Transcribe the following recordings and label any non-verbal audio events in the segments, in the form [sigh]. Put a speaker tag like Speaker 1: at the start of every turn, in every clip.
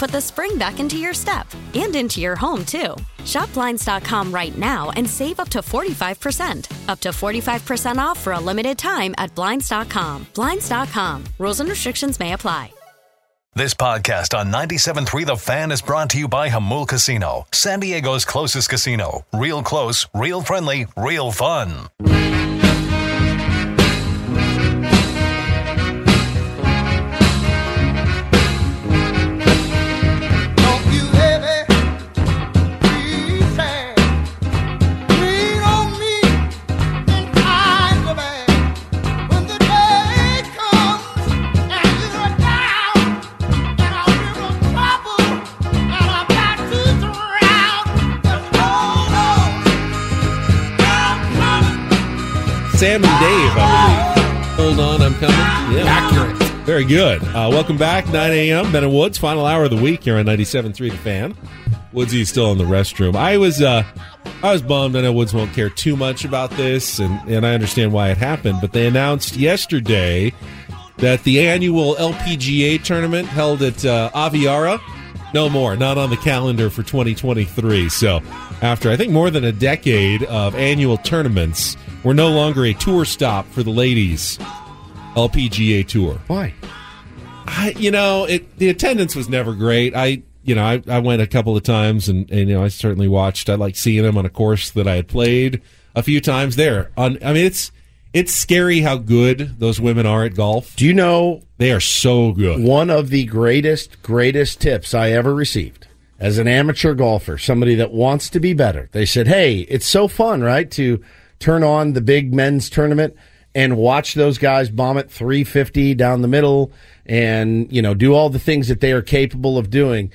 Speaker 1: put the spring back into your step and into your home, too. Shop Blinds.com right now and save up to 45%. Up to 45% off for a limited time at Blinds.com. Blinds.com. Rules and restrictions may apply.
Speaker 2: This podcast on 97.3 The Fan is brought to you by Hamul Casino, San Diego's closest casino. Real close, real friendly, real fun.
Speaker 3: Don't you ever be sad. Lean on me and I go back. When the day comes and you're down and I'm in trouble and I'm about to drown, just hold on. I'm coming.
Speaker 4: Sam and Dave, I believe. Hold on, I'm coming. Yeah. Accurate. Very good. Uh, welcome back, 9 a.m. Ben and Woods, final hour of the week here on 97.3 The Fan. Woodsy's still in the restroom. I was uh, I was bummed. I know Woods won't care too much about this, and, and I understand why it happened. But they announced yesterday that the annual LPGA tournament held at uh, Aviara, no more, not on the calendar for 2023. So, after I think more than a decade of annual tournaments, we're no longer a tour stop for the ladies LPGA tour.
Speaker 5: Why?
Speaker 4: I, you know, it the attendance was never great. I, you know, I, I went a couple of times and, and you know, I certainly watched. I like seeing them on a course that I had played a few times there. On, I mean, it's it's scary how good those women are at golf.
Speaker 5: Do you know
Speaker 4: They are so good.
Speaker 5: one of the greatest, greatest tips I ever received as an amateur golfer, somebody that wants to be better? They said, Hey, it's so fun, right? To turn on the big men's tournament and watch those guys bomb it 350 down the middle and, you know, do all the things that they are capable of doing.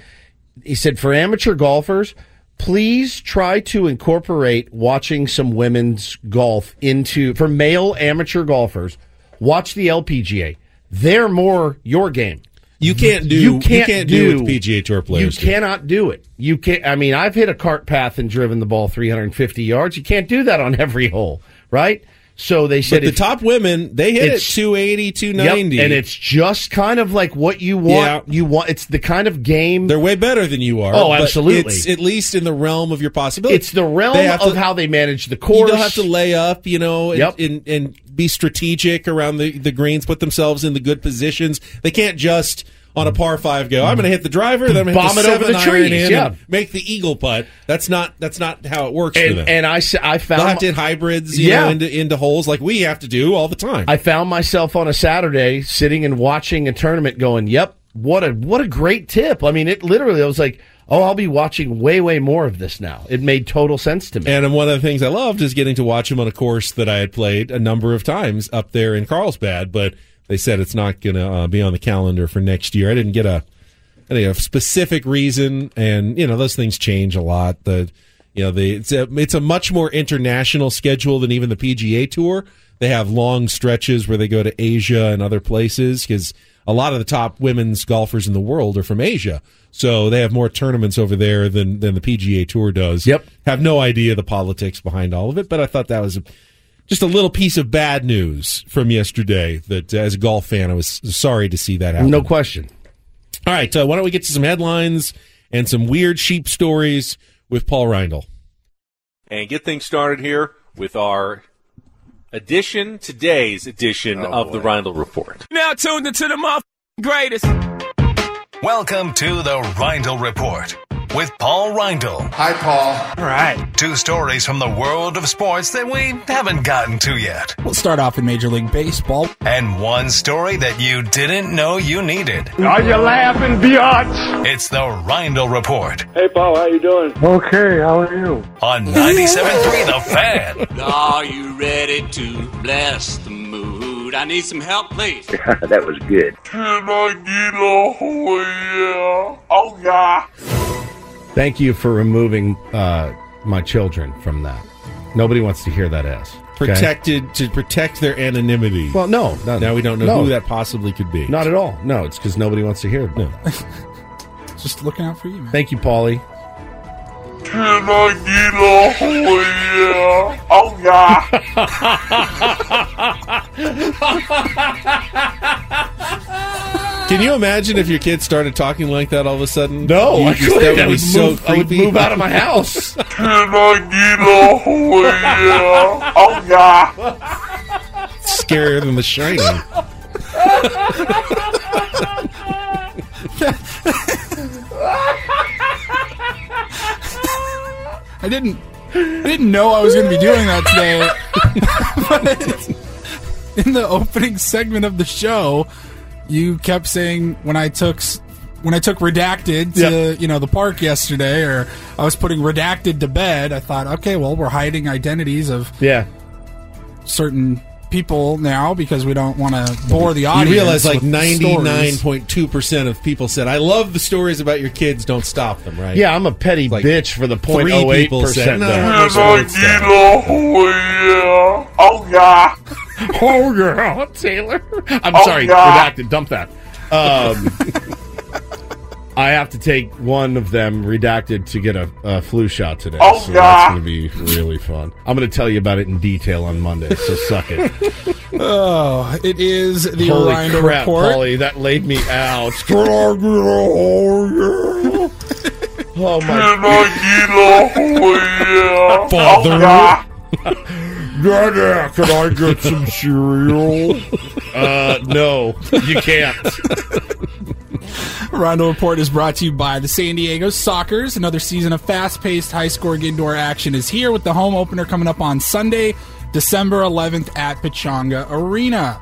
Speaker 5: He said, for amateur golfers, please try to incorporate watching some women's golf into, for male amateur golfers, watch the LPGA. They're more your game.
Speaker 4: You can't do
Speaker 5: you can't,
Speaker 4: do, what PGA Tour players.
Speaker 5: You cannot do it. You can't. I mean, I've hit a cart path and driven the ball 350 yards. You can't do that on [laughs] every hole, right? So
Speaker 4: do.
Speaker 5: they
Speaker 4: But
Speaker 5: said
Speaker 4: the
Speaker 5: if-
Speaker 4: top women, they hit it
Speaker 5: It's-
Speaker 4: 280,
Speaker 5: Yep,
Speaker 4: 290,
Speaker 5: and it's just kind of like what you want.
Speaker 4: Yeah.
Speaker 5: You want it's the kind of game.
Speaker 4: they're way better than you are.
Speaker 5: Oh,
Speaker 4: but
Speaker 5: absolutely.
Speaker 4: It's at least in the realm of your possibilities.
Speaker 5: It's the realm
Speaker 4: They have
Speaker 5: of
Speaker 4: to-
Speaker 5: how they manage the
Speaker 4: you
Speaker 5: course.
Speaker 4: don't have to lay up, you know, and,
Speaker 5: Yep.
Speaker 4: and, and be strategic around the, the greens, put themselves in the good positions. They can't just on a par five go. I'm going to hit the driver, then I'm going to
Speaker 5: Bomb
Speaker 4: hit the
Speaker 5: it over
Speaker 4: seven
Speaker 5: the
Speaker 4: iron
Speaker 5: trees,
Speaker 4: in
Speaker 5: yeah.
Speaker 4: and make the eagle putt. That's not that's not how it works for
Speaker 5: and,
Speaker 4: them.
Speaker 5: and I s- I found
Speaker 4: They'll have to hit hybrids, you
Speaker 5: Yeah.
Speaker 4: know, into into holes like we have to do all the time.
Speaker 5: I found myself on a Saturday sitting and watching a tournament going, "Yep, what a what a great tip." I mean, it literally I was like, "Oh, I'll be watching way way more of this now." It made total sense to me.
Speaker 4: And one of the things I loved is getting to watch him on a course that I had played a number of times up there in Carlsbad, but they said it's not going to uh, be on the calendar for next year. I didn't get a, I think a specific reason, and you know those things change a lot. The you know the it's a it's a much more international schedule than even the PGA Tour. They have long stretches where they go to Asia and other places because a lot of the top women's golfers in the world are from Asia, so they have more tournaments over there than than the PGA Tour does
Speaker 5: Yep.
Speaker 4: have no idea the politics behind all of it, but I thought that was a, just a little piece of bad news from yesterday. That uh, as a golf fan, I was sorry to see that happen.
Speaker 5: no question.
Speaker 4: All right, uh, why don't we get to some headlines and some weird sheep stories with Paul Reindl?
Speaker 6: and get things started here with our edition, today's edition
Speaker 4: Oh,
Speaker 6: of the Rindle Report.
Speaker 7: Now tuned into the mother greatest.
Speaker 2: Welcome to the Reindle Report with Paul Reindle.
Speaker 3: Hi, Paul.
Speaker 7: All right.
Speaker 2: Two stories from the world of sports that we haven't gotten to yet,
Speaker 7: We'll start off in Major League Baseball.
Speaker 2: and one story that you didn't know you needed.
Speaker 8: Are you laughing, biatch?
Speaker 2: It's the Reindle Report
Speaker 8: Hey, Paul, how you doing? Okay, how are you?
Speaker 2: on 97.3 The Fan.
Speaker 9: Are you ready to bless the mood? I need some help, please.
Speaker 8: Can I get a oh yeah? Oh yeah.
Speaker 5: Thank you for removing uh, my children from that. Nobody wants to hear that ass. okay?
Speaker 4: Protected to protect their anonymity.
Speaker 5: Well, no, no.
Speaker 4: now we don't know
Speaker 5: no,
Speaker 4: who that possibly could be.
Speaker 5: Not at all. No, it's because nobody wants to hear it. [laughs]
Speaker 4: No.
Speaker 7: Just looking out for you, man.
Speaker 5: Thank you, Paulie.
Speaker 8: Can I get a oh yeah? Oh yeah.
Speaker 4: Can you imagine if your kids started talking like that all of a sudden?
Speaker 5: No,
Speaker 4: You
Speaker 5: I
Speaker 4: just-
Speaker 5: couldn't.
Speaker 4: That would
Speaker 5: I
Speaker 4: be
Speaker 5: would
Speaker 4: so
Speaker 5: move, I would
Speaker 4: creepy.
Speaker 5: move out of
Speaker 4: [laughs]
Speaker 5: my house.
Speaker 8: Can I get a oh yeah? Oh yeah.
Speaker 4: Scarier than The Shining.
Speaker 7: I didn't I didn't know I was going to be doing that today. [laughs] but in the opening segment of the show, you kept saying when I took s- when I took redacted to you know the park yesterday, or I was putting redacted to bed. I thought, okay, well, we're hiding identities of
Speaker 5: yeah.
Speaker 7: certain people now because we don't want to bore the
Speaker 4: You
Speaker 7: audience.
Speaker 4: realize like
Speaker 7: with stories.
Speaker 4: 99.2% of people said, I love the stories about your kids. Don't stop them, right?
Speaker 5: Yeah, I'm a petty bitch for the
Speaker 4: Three people
Speaker 5: 0.08%.
Speaker 4: said, no,
Speaker 5: though.
Speaker 4: I
Speaker 8: Can
Speaker 4: want
Speaker 8: I
Speaker 4: more stories,
Speaker 8: get
Speaker 4: though."
Speaker 8: a oh yeah? Oh yeah.
Speaker 5: Oh yeah, Taylor. I'm
Speaker 8: Oh,
Speaker 5: sorry,
Speaker 8: yeah.
Speaker 5: redacted. Dump that.
Speaker 8: [laughs]
Speaker 5: Um, I have to take one of them redacted to get a, a flu shot today.
Speaker 8: Oh,
Speaker 5: so
Speaker 8: yeah.
Speaker 5: that's going to be really fun. I'm going to tell you about it in detail on Monday. So suck it.
Speaker 7: Oh, it is the
Speaker 5: Holy
Speaker 7: Orlando
Speaker 5: crap,
Speaker 7: report.
Speaker 5: Paulie, that laid me out. [laughs] oh my
Speaker 8: Can I get a oh yeah?
Speaker 5: [laughs]
Speaker 8: Oh yeah.
Speaker 5: god! Can I get some cereal? uh, no, you can't.
Speaker 7: Rondo Report is brought to you by the San Diego Sockers. Another season of fast paced, high scoring indoor action is here with the home opener coming up on Sunday, December 11th at Pachanga Arena.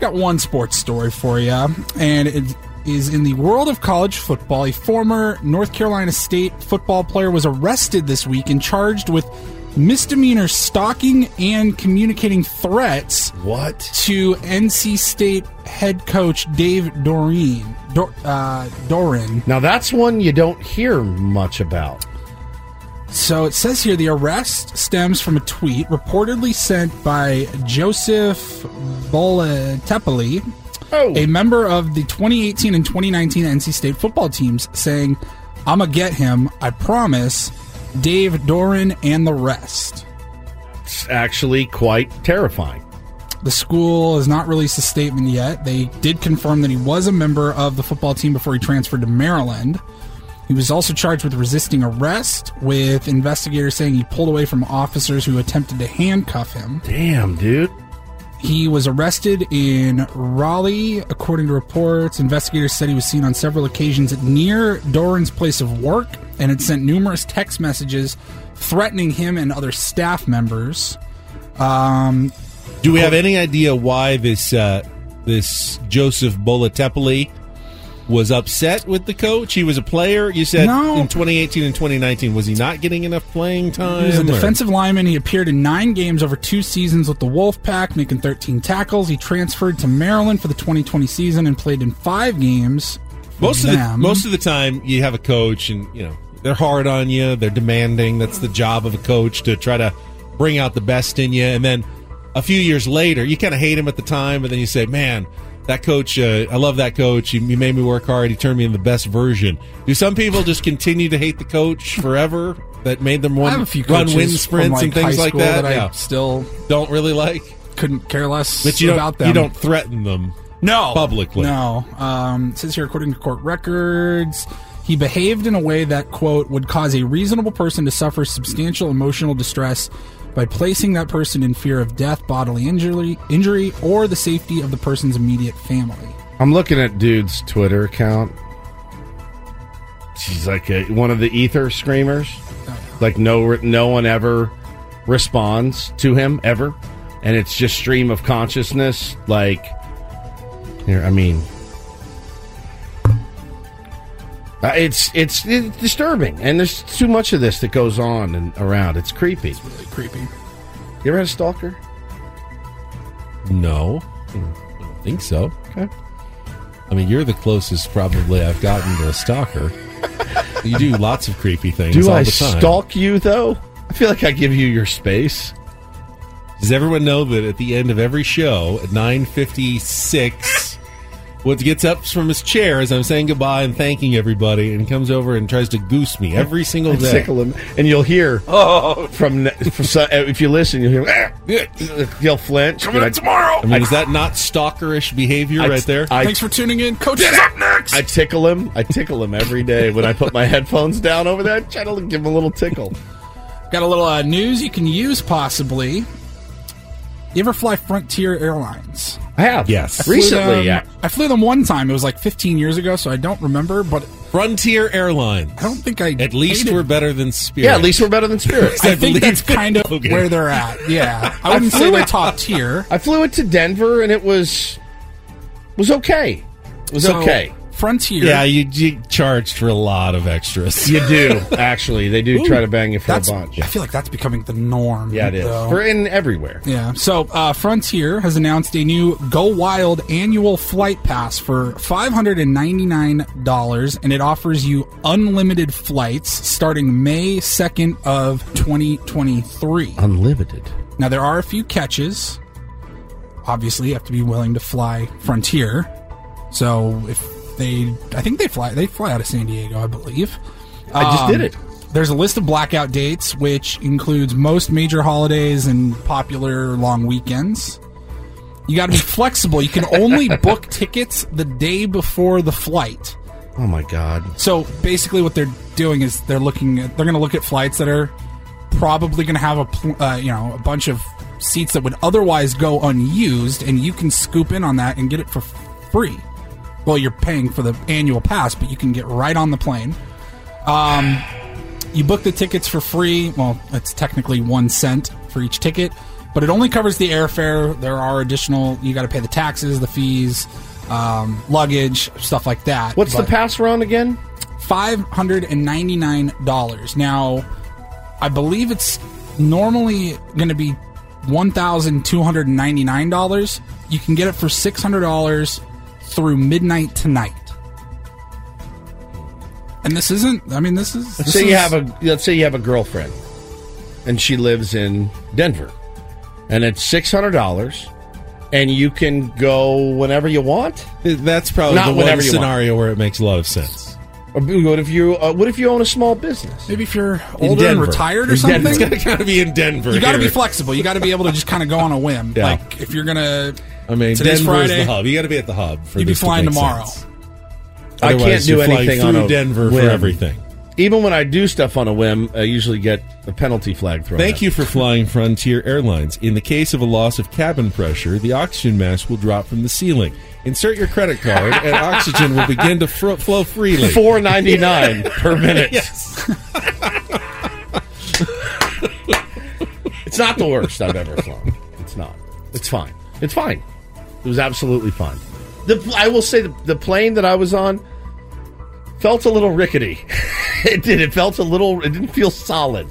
Speaker 7: Got one sports story for you, and it is in the world of college football. A former North Carolina State football player was arrested this week and charged with misdemeanor stalking and communicating threats
Speaker 5: What?
Speaker 7: to NC State head coach Dave Doreen. Dor- uh, Doran.
Speaker 5: Now that's one you don't hear much about.
Speaker 7: So it says here the arrest stems from a tweet reportedly sent by Joseph Bolatepoli,
Speaker 5: Oh,
Speaker 7: a member of the 2018 and 2019 NC State football teams, saying, "I'ma get him, I promise." Dave Doran and the rest.
Speaker 5: it's actually quite terrifying.
Speaker 7: The school has not released a statement yet. They did confirm that he was a member of the football team before he transferred to Maryland. He was also charged with resisting arrest, with investigators saying he pulled away from officers who attempted to handcuff him.
Speaker 5: Damn, dude.
Speaker 7: He was arrested in Raleigh, according to reports. Investigators said he was seen on several occasions at near Doran's place of work and had sent numerous text messages threatening him and other staff members. Um,
Speaker 4: Do we have any idea why this uh, this Joseph Bolatepoli was upset with the coach? He was a player. You said
Speaker 7: No.
Speaker 4: in 2018 and 2019, was he not getting enough playing time?
Speaker 7: He was a
Speaker 4: or-
Speaker 7: defensive lineman. He appeared in nine games over two seasons with the Wolfpack, making 13 tackles. He transferred to Maryland for the 2020 season and played in five games. for
Speaker 4: most of the
Speaker 7: them.
Speaker 4: most of the time you have a coach and you know they're hard on you they're demanding that's the job of a coach to try to bring out the best in you and then a few years later you kind of hate him at the time but then you say man that coach uh, i love that coach he, he made me work hard he turned me in the best version do some people just continue to hate the coach forever that made them
Speaker 7: I
Speaker 4: one,
Speaker 7: have a few
Speaker 4: run
Speaker 7: coaches
Speaker 4: win
Speaker 7: from,
Speaker 4: sprints
Speaker 7: like,
Speaker 4: and things
Speaker 7: high
Speaker 4: like
Speaker 7: school
Speaker 4: that,
Speaker 7: I
Speaker 4: yeah.
Speaker 7: still
Speaker 4: don't really like
Speaker 7: couldn't care less
Speaker 4: but you don't
Speaker 7: about them.
Speaker 4: you don't threaten them
Speaker 7: No.
Speaker 4: Publicly.
Speaker 7: No. Um, it says here, according to court records, he behaved in a way that, quote, would cause a reasonable person to suffer substantial emotional distress by placing that person in fear of death, bodily injury, injury or the safety of the person's immediate family.
Speaker 5: I'm looking at dude's Twitter account. She's like a, one of the ether screamers. Like no, no one ever responds to him ever, and it's just stream of consciousness. Like, here, I mean, uh, it's, it's it's disturbing, and there's too much of this that goes on and around. It's creepy. It's
Speaker 7: really creepy.
Speaker 5: You ever had a stalker?
Speaker 4: No, I don't think so.
Speaker 5: Okay.
Speaker 4: I mean, you're the closest probably I've gotten to a
Speaker 5: [laughs]
Speaker 4: stalker. you do lots of creepy things.
Speaker 5: Do
Speaker 4: all
Speaker 5: I
Speaker 4: the time.
Speaker 5: stalk you though? I feel like I give you your space.
Speaker 4: Does everyone know that at the end of every show at nine fifty six, what gets up from his chair as I'm saying goodbye and thanking everybody, and comes over and tries to goose me every single
Speaker 5: and
Speaker 4: day.
Speaker 5: tickle him, and you'll hear
Speaker 4: Oh.
Speaker 5: from, from so- uh, if you listen, you'll hear "Ah!" you'll flinch. Coming
Speaker 4: tomorrow. I mean, is that not stalkerish behavior
Speaker 5: I-
Speaker 4: right there?
Speaker 5: I-
Speaker 7: Thanks for tuning in, Coach.
Speaker 5: I tickle him. I tickle him every day when I put my headphones down over there. I try to give him a little tickle.
Speaker 7: Got a little uh, news you can use, possibly. You ever fly Frontier Airlines?
Speaker 5: I have
Speaker 4: Yes.
Speaker 7: Flew
Speaker 5: recently.
Speaker 7: them-
Speaker 5: yeah.
Speaker 7: I flew them one time. It was like 15 years ago, so I don't remember, but
Speaker 4: Frontier Airlines.
Speaker 7: I don't think I.
Speaker 4: At least
Speaker 7: hated-
Speaker 4: we're better than Spirit.
Speaker 5: yeah, at least we're better than Spirit.
Speaker 7: I,
Speaker 4: I
Speaker 7: think that's
Speaker 4: believe it,
Speaker 7: kind of
Speaker 4: Logan.
Speaker 7: where they're at.
Speaker 5: [laughs]
Speaker 7: Yeah, I wouldn't say
Speaker 5: flew
Speaker 7: they're
Speaker 5: it.
Speaker 7: top
Speaker 5: [laughs]
Speaker 7: tier.
Speaker 5: I flew it to Denver, and it was was okay. It was
Speaker 7: So,
Speaker 5: okay.
Speaker 7: Frontier.
Speaker 4: Yeah, you, you charged for a lot of extras.
Speaker 5: You
Speaker 4: [laughs]
Speaker 5: do actually. They do try to bang you for a
Speaker 7: that's.
Speaker 5: bunch.
Speaker 7: I feel like that's becoming the norm.
Speaker 5: Yeah, it is.
Speaker 7: though.
Speaker 5: We're in everywhere.
Speaker 7: Yeah. So uh, Frontier has announced a new Go Wild annual flight pass for $599, and it offers you unlimited flights starting May 2nd of 2023.
Speaker 5: Unlimited.
Speaker 7: Now there are a few catches. Obviously, you have to be willing to fly Frontier. So if they, I think they fly, they fly out of San Diego, I believe. Uh,
Speaker 5: I just
Speaker 4: Um,
Speaker 5: did it.
Speaker 7: There's a list of blackout dates, which includes most major holidays and popular long weekends. You got to be flexible. You can
Speaker 5: [laughs]
Speaker 7: only book tickets the day before the flight.
Speaker 5: Oh my god.
Speaker 7: So basically, what they're doing is they're looking at they're going to look at flights that are probably going to have a pl- uh, you know a bunch of seats that would otherwise go unused, and you can scoop in on that and get it for free. Well, you're paying for the annual pass, but you can get right on the plane. Um, you book the tickets for free. Well, it's technically one cent for each ticket, but it only covers the airfare. There are additional. You got to pay the taxes, the fees, um, luggage, stuff like that.
Speaker 5: What's
Speaker 7: But-
Speaker 5: the pass round again?
Speaker 7: five hundred and ninety nine dollars. Now, I believe it's normally going to be one thousand two hundred and ninety nine dollars. You can get it for six hundred dollars through midnight tonight. And this isn't. I mean, this is. This
Speaker 5: Let's say you
Speaker 7: is-
Speaker 5: have a let's say you have a girlfriend, and she lives in Denver, and it's six hundred dollars, and you can go whenever you want.
Speaker 4: That's probably
Speaker 5: Not
Speaker 4: the one
Speaker 5: whenever you want.
Speaker 4: scenario where it makes a lot of
Speaker 5: [laughs]
Speaker 4: sense.
Speaker 5: Or what if you uh, what if you own a small business?
Speaker 7: Maybe if you're
Speaker 4: In
Speaker 7: older and
Speaker 4: Denver.
Speaker 7: retired or
Speaker 4: In Denver. [laughs]
Speaker 7: something.
Speaker 4: It's got to be in Denver.
Speaker 7: You got to be
Speaker 4: here.
Speaker 7: flexible. You got to be able to just kind of go on a whim.
Speaker 4: Yeah.
Speaker 7: Like if you're gonna,
Speaker 4: I mean,
Speaker 7: today's
Speaker 4: Denver's
Speaker 7: Friday.
Speaker 4: the hub. You got to be at the hub for
Speaker 7: You'd be
Speaker 4: this to
Speaker 7: flying
Speaker 4: make
Speaker 7: tomorrow.
Speaker 4: sense.
Speaker 5: I can't
Speaker 4: Otherwise,
Speaker 5: do
Speaker 4: you're flying
Speaker 5: anything on
Speaker 4: through
Speaker 5: a
Speaker 4: Denver for
Speaker 5: whim.
Speaker 4: everything.
Speaker 5: Even when I do stuff on a whim, I usually get a penalty flag thrown.
Speaker 4: Thank
Speaker 5: at
Speaker 4: you
Speaker 5: me.
Speaker 4: for flying Frontier Airlines. In the case of a loss of cabin pressure, the oxygen mask will drop from the ceiling. Insert your credit card,
Speaker 5: [laughs]
Speaker 4: and oxygen will begin to fro- flow freely.
Speaker 5: Four ninety nine
Speaker 4: [laughs]
Speaker 5: per minute. It's not the worst I've ever flown. It's not. It's fine. It's fine. It was absolutely fine. The I will say the, the plane that I was on felt a little rickety. [laughs] it did. It felt a little. It didn't feel solid.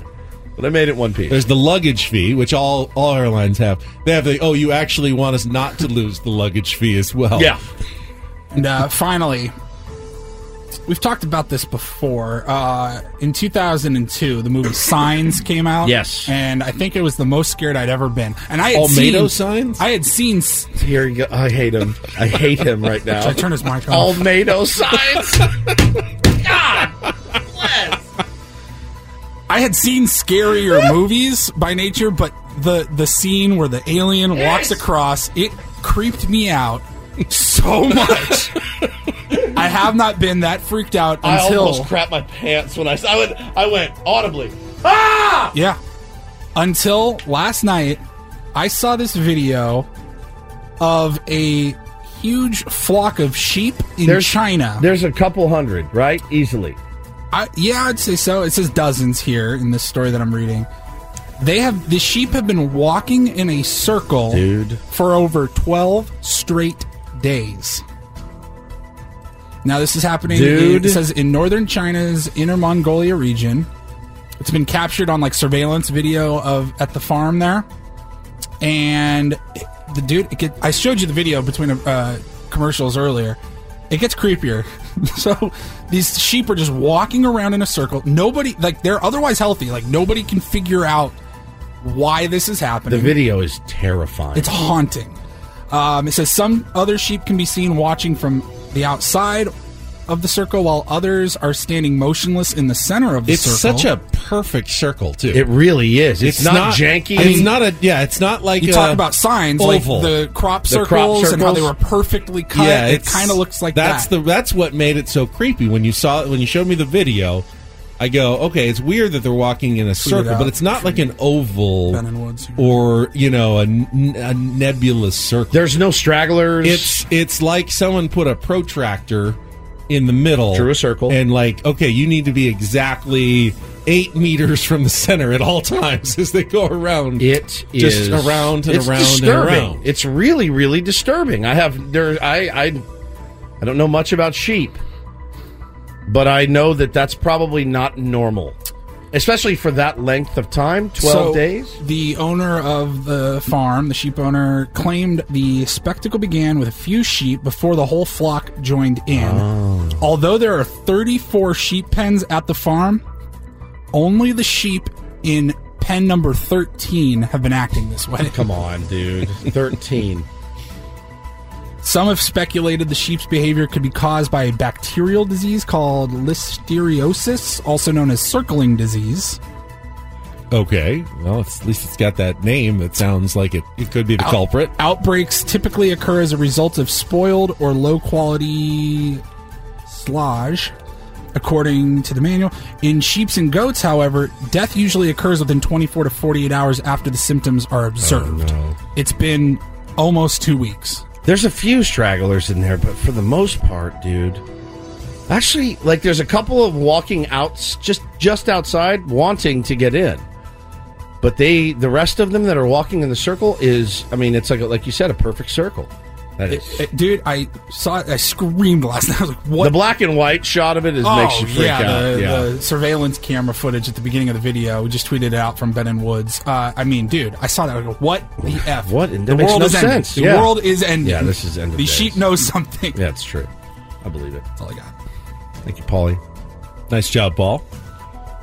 Speaker 5: But I made it one piece.
Speaker 4: There's the luggage fee, which all all airlines have. They have the oh, you actually want us not to lose the luggage fee as well.
Speaker 5: yeah.
Speaker 7: And uh, finally, we've talked about this before. Uh, in 2002, the movie Signs came out.
Speaker 5: Yes.
Speaker 7: and I think it was the most scared I'd ever been. And I had
Speaker 4: Almeida
Speaker 7: seen,
Speaker 4: signs?
Speaker 7: I had seen. s-
Speaker 5: Here you go. I hate him. I hate him right now.
Speaker 7: I turn his
Speaker 5: [laughs]
Speaker 7: mic off.
Speaker 5: Almeida
Speaker 7: [laughs]
Speaker 5: signs.
Speaker 7: I had seen
Speaker 5: [laughs]
Speaker 7: scarier movies by nature, but the the scene where the alien walks across it creeped me out. so [laughs]
Speaker 5: [laughs]
Speaker 7: much. I have not been that freaked out
Speaker 5: I
Speaker 7: until
Speaker 5: almost crap my pants when I I went I went audibly. Ah!
Speaker 7: Yeah. Until last night, I saw this video of a huge flock of sheep in China.
Speaker 5: There's a couple hundred, right? Easily.
Speaker 7: I, yeah, I'd say so. It says dozens here in this story that I'm reading. They have the sheep have been walking in a circle
Speaker 5: Dude.
Speaker 7: for over 12 straight days. Now this is happening
Speaker 5: Dude.
Speaker 7: it says in northern China's Inner Mongolia region. It's been captured on like surveillance video of at the farm there. And it- the dude it get, I showed you the video between uh, commercials earlier. It gets creepier. [laughs] so these sheep are just walking around in a circle. Nobody like they're otherwise healthy. Like nobody can figure out why this is
Speaker 5: The
Speaker 7: happening.
Speaker 5: video is terrifying.
Speaker 7: It's haunting. Um, it says some other sheep can be seen watching from the outside of the circle, while others are standing motionless in the center of the
Speaker 4: It's
Speaker 7: circle.
Speaker 4: such a perfect circle too.
Speaker 5: It really is. It's, not, janky.
Speaker 4: it's not a yeah. It's not like
Speaker 7: you
Speaker 4: a
Speaker 7: talk about signs
Speaker 4: oval.
Speaker 7: like the crop,
Speaker 5: The crop
Speaker 7: circles and how they
Speaker 5: circles?
Speaker 7: were perfectly cut.
Speaker 4: yeah,
Speaker 7: it
Speaker 4: it's-
Speaker 7: kind of looks like
Speaker 4: that's
Speaker 7: that.
Speaker 4: the that's what made it so creepy when you saw it when you showed me the video. I go, okay, it's weird that they're walking in a circle,
Speaker 7: out.
Speaker 4: but it's not like an oval
Speaker 7: Ben and Woods here.
Speaker 4: or you know a, n- a nebulous circle.
Speaker 5: There's no stragglers.
Speaker 4: It's it's like someone put a protractor in the middle,
Speaker 5: Drew a circle.
Speaker 4: and like, okay, you need to be exactly eight meters from the center at all times [laughs] as they go around.
Speaker 5: It
Speaker 4: Just
Speaker 5: is
Speaker 4: around and
Speaker 5: it's
Speaker 4: around and
Speaker 5: disturbing.
Speaker 4: around.
Speaker 5: It's really, really disturbing. I have there. I I I don't know much about sheep, but I know that that's probably not normal, especially for that length of time. Twelve
Speaker 7: So,
Speaker 5: days.
Speaker 7: The owner of the farm, the sheep owner, claimed the spectacle began with a few sheep before the whole flock joined in.
Speaker 5: Oh.
Speaker 7: Although there are 34 sheep pens at the farm, only the sheep in pen number 13 have been acting this way.
Speaker 5: Come on, dude. [laughs] Thirteen.
Speaker 7: Some have speculated the sheep's behavior could be caused by a bacterial disease called listeriosis, also known as circling disease.
Speaker 4: Okay, well, it's, at least it's got that name that sounds like it, it could be the culprit.
Speaker 7: Outbreaks typically occur as a result of spoiled or low quality slage, according to the manual. In sheeps and goats, however, death usually occurs within 24 to 48 hours after the symptoms are observed.
Speaker 4: Oh,
Speaker 7: It's been almost two weeks.
Speaker 5: There's a few stragglers in there, but for the most part, dude. Actually, like there's a couple of walking outs just just outside wanting to get in. But they the rest of them that are walking in the circle is I mean, it's like like you said a perfect circle. That is.
Speaker 7: Uh, Dude, I saw it. I screamed last night. I was like, what?
Speaker 5: the black and white shot of it is makes you freak
Speaker 7: Oh, yeah,
Speaker 5: out.
Speaker 7: The,
Speaker 5: Oh, yeah.
Speaker 7: the surveillance camera footage at the beginning of the video. We just tweeted it out from Ben and Woods. Uh, I mean, dude, I saw that. I go, what the f?
Speaker 5: What? That
Speaker 7: the
Speaker 5: makes
Speaker 7: world
Speaker 5: no
Speaker 7: is ending.
Speaker 5: sense.
Speaker 7: The
Speaker 5: Yeah.
Speaker 7: world is ending.
Speaker 5: Yeah, this is end
Speaker 7: ending.
Speaker 5: of
Speaker 7: The
Speaker 5: days.
Speaker 7: sheep knows something.
Speaker 5: yeah, it's true. I believe it.
Speaker 7: That's all I got.
Speaker 5: Thank you, Paulie.
Speaker 4: Nice job, Paul.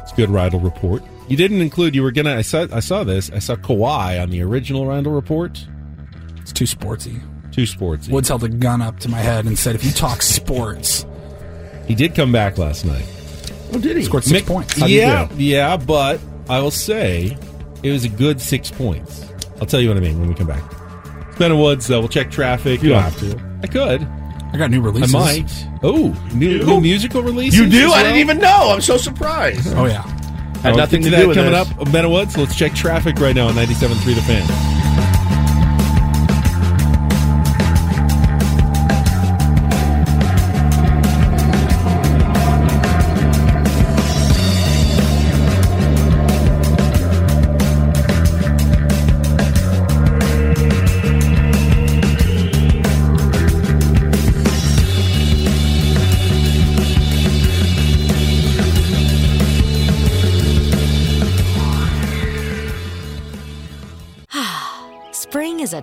Speaker 4: It's a good Rydell report. You didn't include. You were gonna. I saw. I saw this. I saw Kawhi on the original Rydell report.
Speaker 7: It's too sportsy.
Speaker 4: Two sports.
Speaker 7: Woods held a gun up to my head and said, "If you talk sports,
Speaker 4: He did come back last night.
Speaker 5: Oh, did he?
Speaker 7: scored six points." How'd you
Speaker 4: yeah,
Speaker 7: do?
Speaker 4: yeah, but I will say it was a good six points. I'll tell you what I mean when we come back. It's Ben and Woods. Uh, we'll check traffic.
Speaker 5: You don't
Speaker 4: Uh,
Speaker 5: have to.
Speaker 4: I could.
Speaker 7: I got new releases.
Speaker 4: I might. Oh, new, new musical release.
Speaker 5: You do? I didn't even know. I'm so surprised.
Speaker 7: Oh yeah.
Speaker 5: Had nothing to
Speaker 4: that
Speaker 5: do with
Speaker 4: coming
Speaker 5: this.
Speaker 4: up. Ben and Woods. Let's check traffic right now on 97.3 The Fan.
Speaker 1: Spring is a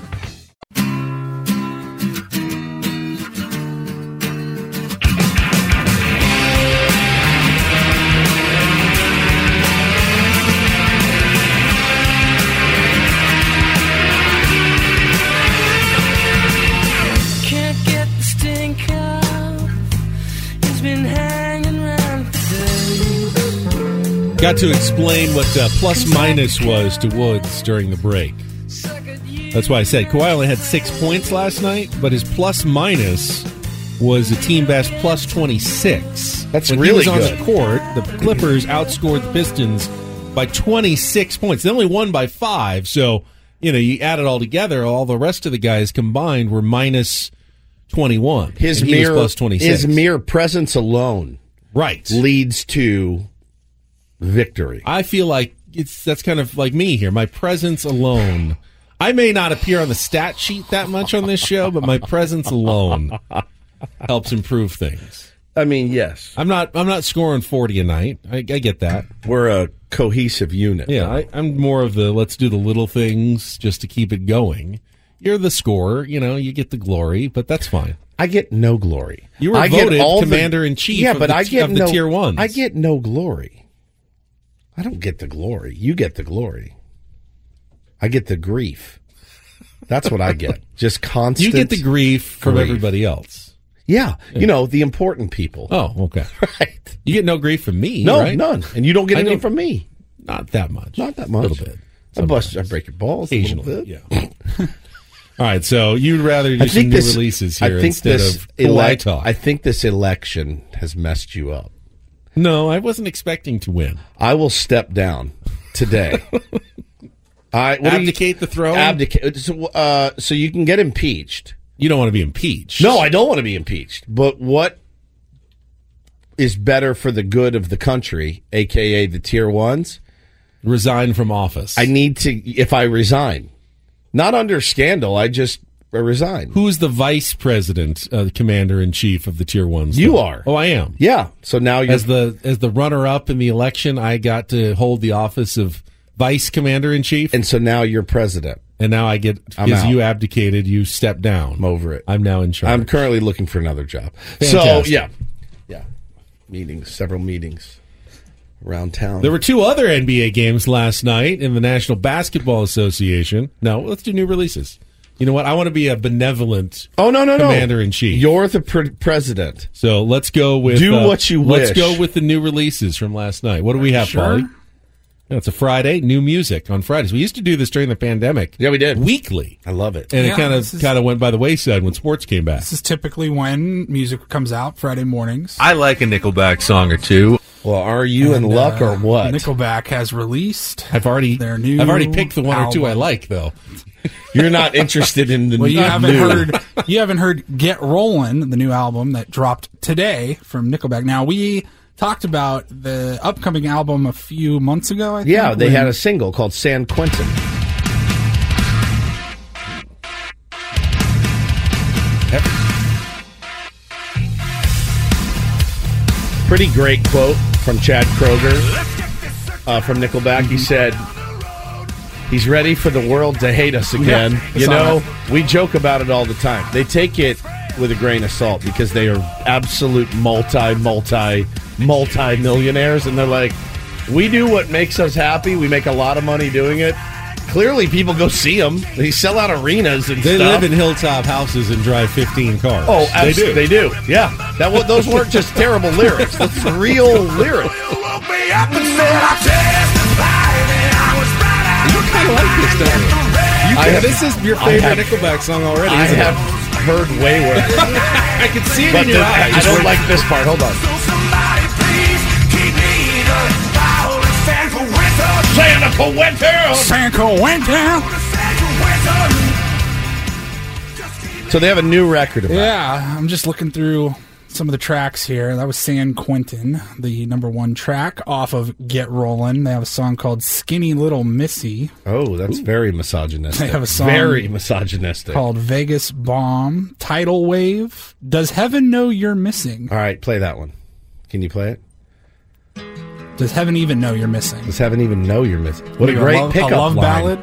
Speaker 10: Can't get the stink out. It's been hanging around today.
Speaker 4: Got to explain what uh, plus minus was to Woods during the break. That's why I said Kawhi only had six points last night, but his plus minus was a team best plus 26.
Speaker 5: That's
Speaker 4: when
Speaker 5: really
Speaker 4: he was on
Speaker 5: good.
Speaker 4: the court, the Clippers outscored the Pistons by 26 points. They only won by five, so, you know, you add it all together, all the rest of the guys combined were minus 21.
Speaker 5: His
Speaker 4: and he was
Speaker 5: mere
Speaker 4: plus 26.
Speaker 5: his mere presence alone,
Speaker 4: right,
Speaker 5: leads to victory.
Speaker 4: I feel like it's that's kind of like me here. My presence alone. I may not appear on the stat sheet that much on this show, but my presence alone helps improve things.
Speaker 5: I mean, yes.
Speaker 4: I'm not I'm not scoring 40 a night. I, I get that.
Speaker 5: We're a cohesive unit.
Speaker 4: Yeah, I, I'm more of the let's do the little things just to keep it going. You're the scorer, you know, you get the glory, but that's fine.
Speaker 5: I get no glory.
Speaker 4: You were
Speaker 5: I
Speaker 4: voted
Speaker 5: all the-
Speaker 4: commander in chief
Speaker 5: Yeah,
Speaker 4: of
Speaker 5: but
Speaker 4: the
Speaker 5: I
Speaker 4: t-
Speaker 5: get
Speaker 4: of the
Speaker 5: no,
Speaker 4: tier ones.
Speaker 5: I get no glory. I don't get the glory. You get the glory. I get the grief. That's what
Speaker 4: [laughs]
Speaker 5: I get. Just constant.
Speaker 4: You get the grief from
Speaker 5: grief.
Speaker 4: everybody else.
Speaker 5: Yeah, you know the important people.
Speaker 4: Oh,
Speaker 5: [laughs]
Speaker 4: okay. Right. You get no grief from me,
Speaker 5: no,
Speaker 4: right?
Speaker 5: none, and you don't get
Speaker 4: I
Speaker 5: any
Speaker 4: don't-
Speaker 5: from me.
Speaker 4: Not that much.
Speaker 5: Not that much.
Speaker 4: A little bit.
Speaker 5: I bust. I break your balls a little
Speaker 4: Occasionally,
Speaker 5: bit.
Speaker 4: yeah. [laughs] All right, so you'd rather do
Speaker 5: I
Speaker 4: some
Speaker 5: think
Speaker 4: new
Speaker 5: this,
Speaker 4: releases
Speaker 5: I
Speaker 4: here
Speaker 5: think
Speaker 4: instead
Speaker 5: this
Speaker 4: of Kawhi
Speaker 5: elec-
Speaker 4: talk.
Speaker 5: I think this election has messed you up.
Speaker 4: no, I wasn't expecting to win.
Speaker 5: I will step down
Speaker 4: [laughs]
Speaker 5: today. I what do you-
Speaker 4: Abdicate the throne?
Speaker 5: Abdicate. So, uh, so you can get impeached.
Speaker 4: You don't want to be impeached.
Speaker 5: No, I don't want to be impeached. But what is better for the good of the country, aka the tier ones?
Speaker 4: Resign from office.
Speaker 5: I need to. If I resign, not under scandal, I just resign.
Speaker 4: Who's the vice president, uh, commander in chief of the tier ones?
Speaker 5: You
Speaker 4: though?
Speaker 5: are.
Speaker 4: Oh, I am.
Speaker 5: Yeah. So now you're
Speaker 4: As the as the runner up in the election, I got to hold the office of vice commander in chief,
Speaker 5: and so now you're president.
Speaker 4: and now I get
Speaker 5: I'm
Speaker 4: because
Speaker 5: out.
Speaker 4: you abdicated, you stepped down.
Speaker 5: I'm over it.
Speaker 4: I'm now in charge.
Speaker 5: I'm currently looking for another job. So
Speaker 4: Fantastic.
Speaker 5: yeah, yeah. Meetings, several meetings around town.
Speaker 4: There were two other NBA games last night in the National Basketball Association. No, let's do new releases. You know what? I want to be a benevolent.
Speaker 5: oh no no no
Speaker 4: Commander in chief.
Speaker 5: You're the pre- president.
Speaker 4: So let's go with uh,
Speaker 5: Do what you
Speaker 4: Let's
Speaker 5: wish.
Speaker 4: go with the new releases from last night. What do we have,
Speaker 7: Sure.
Speaker 4: Paulie? Yeah, it's a Friday. New music on Fridays. We used to do this during the pandemic.
Speaker 5: Yeah, we did.
Speaker 4: weekly,
Speaker 5: I love it.
Speaker 4: and it
Speaker 7: Yeah,
Speaker 4: kind of
Speaker 7: this is-
Speaker 4: kind of went by the wayside when sports came back.
Speaker 7: This is typically when music comes out Friday mornings.
Speaker 4: I like a Nickelback song or two.
Speaker 5: Well, are you in
Speaker 7: And,
Speaker 5: luck
Speaker 7: uh,
Speaker 5: or what?
Speaker 7: Nickelback has released.
Speaker 4: I've already
Speaker 7: Their new
Speaker 4: I've already picked the one or two I
Speaker 7: album.
Speaker 4: like though.
Speaker 5: You're not interested in the
Speaker 7: Well, you
Speaker 5: not
Speaker 7: haven't
Speaker 5: new.
Speaker 7: heard you haven't heard Get Rollin', the new album that dropped today from Nickelback. Now we talked about the upcoming album a few months ago. I think,
Speaker 5: Yeah, they
Speaker 7: when-
Speaker 5: had a single called San Quentin. Pretty great quote from Chad Kroger uh, from Nickelback. He said, He's ready for the world to hate us again.
Speaker 7: I
Speaker 5: you
Speaker 7: saw
Speaker 5: know, we joke about it all the time. They take it with a grain of salt because they are absolute multi, multi, multi millionaires. And they're like, we do what makes us happy. We make a lot of money doing it. Clearly, people go see them. They sell out arenas and
Speaker 4: They
Speaker 5: stuff.
Speaker 4: live in hilltop houses and drive 15 cars.
Speaker 5: Oh,
Speaker 4: they
Speaker 5: abs-
Speaker 4: do.
Speaker 5: They do. Yeah. That wa- those weren't just terrible lyrics. That's real lyrics.
Speaker 4: You kind of like this, don't you? You
Speaker 5: I
Speaker 4: can-
Speaker 5: have-
Speaker 4: this is your
Speaker 5: I
Speaker 4: favorite
Speaker 5: have-
Speaker 4: Nickelback song already.
Speaker 5: I
Speaker 4: isn't it?
Speaker 5: have heard way worse.
Speaker 4: I can see it
Speaker 5: But
Speaker 4: in your
Speaker 5: the-
Speaker 4: eyes.
Speaker 5: I don't like this part. Hold on. Santa Quentin.
Speaker 7: San Quentin.
Speaker 5: So they have a new record about it.
Speaker 7: Yeah, I'm just looking through some of the tracks here. That was San Quentin, the number one track off of Get Rollin'. They have a song called Skinny Little Missy.
Speaker 5: Oh, that's very misogynistic.
Speaker 7: They have a song-
Speaker 5: Very misogynistic.
Speaker 7: called Vegas Bomb, Tidal Wave. Does Heaven Know You're Missing?
Speaker 5: All right, play that one. Can you play it?
Speaker 7: Does Heaven Even Know You're Missing?
Speaker 5: Does Heaven Even Know You're Missing? What a
Speaker 7: Maybe
Speaker 5: great
Speaker 7: love- a
Speaker 5: pickup
Speaker 7: love
Speaker 5: line.
Speaker 7: ballad.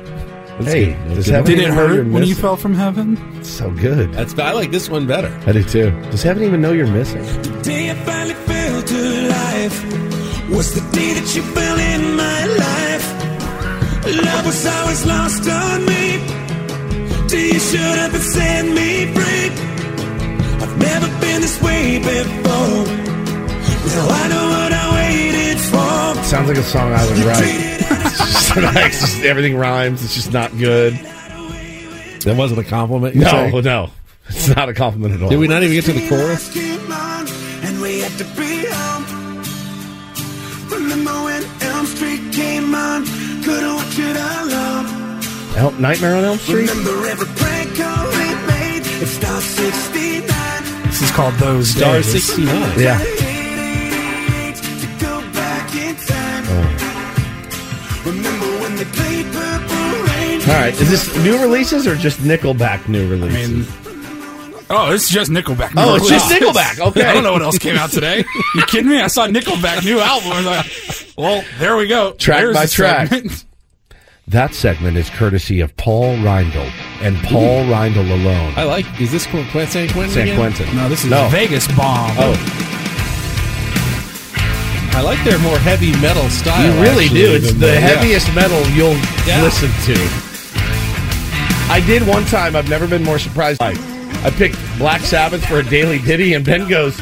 Speaker 5: Hey, does Heaven
Speaker 7: Did it
Speaker 5: Even Know You're
Speaker 7: hurt when you
Speaker 5: Missing?
Speaker 7: fell from heaven?
Speaker 5: It's so good.
Speaker 4: That's I like this one better.
Speaker 5: I do too. Does Heaven Even Know You're Missing?
Speaker 10: day I finally fell to life was the day that you fell in my life. Love was always lost on me. Till you showed up and set me free. I've never been this way before. Now I know what I waited for.
Speaker 5: Sounds like a song I would write. [laughs] It's just like, it's just- everything rhymes. It's just not good.
Speaker 4: That wasn't a compliment. you
Speaker 5: No,
Speaker 4: say?
Speaker 5: no. It's not a compliment at all.
Speaker 4: Did we not even get to the chorus?
Speaker 10: And we had to be home. Remember when Elm Street came on? Couldn't watch it alone.
Speaker 5: Elm- Nightmare on Elm Street?
Speaker 10: Remember every prank call we made. It's Star 69.
Speaker 7: This is called Those
Speaker 4: Star
Speaker 7: Days.
Speaker 4: 69.
Speaker 5: Yeah.
Speaker 10: Go back in time.
Speaker 5: Oh.
Speaker 10: Remember when they played Purple Rain.
Speaker 5: All right. Is this new releases or just Nickelback new releases?
Speaker 7: Oh, this is just Nickelback.
Speaker 5: Oh, it's just Nickelback.
Speaker 7: [laughs]
Speaker 5: Okay.
Speaker 7: I don't know what else came out today. You kidding me? I saw Nickelback new album. I was like, well, there we go.
Speaker 5: Track
Speaker 7: There's
Speaker 5: by
Speaker 7: the
Speaker 5: track.
Speaker 7: segment.
Speaker 5: that segment is courtesy of Paul Reindl and Paul Reindl alone.
Speaker 4: [laughs] I like. Is this Qu- Qu- San Quentin?
Speaker 5: San
Speaker 4: again?
Speaker 5: Quentin.
Speaker 7: No, this is
Speaker 5: No.
Speaker 7: Vegas Bomb.
Speaker 5: Oh,
Speaker 4: I like their more heavy metal style.
Speaker 5: you really
Speaker 4: actually,
Speaker 5: do. It's
Speaker 4: than
Speaker 5: the
Speaker 4: yeah.
Speaker 5: heaviest metal you'll
Speaker 4: Yeah.
Speaker 5: listen to. I did one time. I've never been more surprised. I, I picked Black Sabbath for a daily ditty, and Ben goes,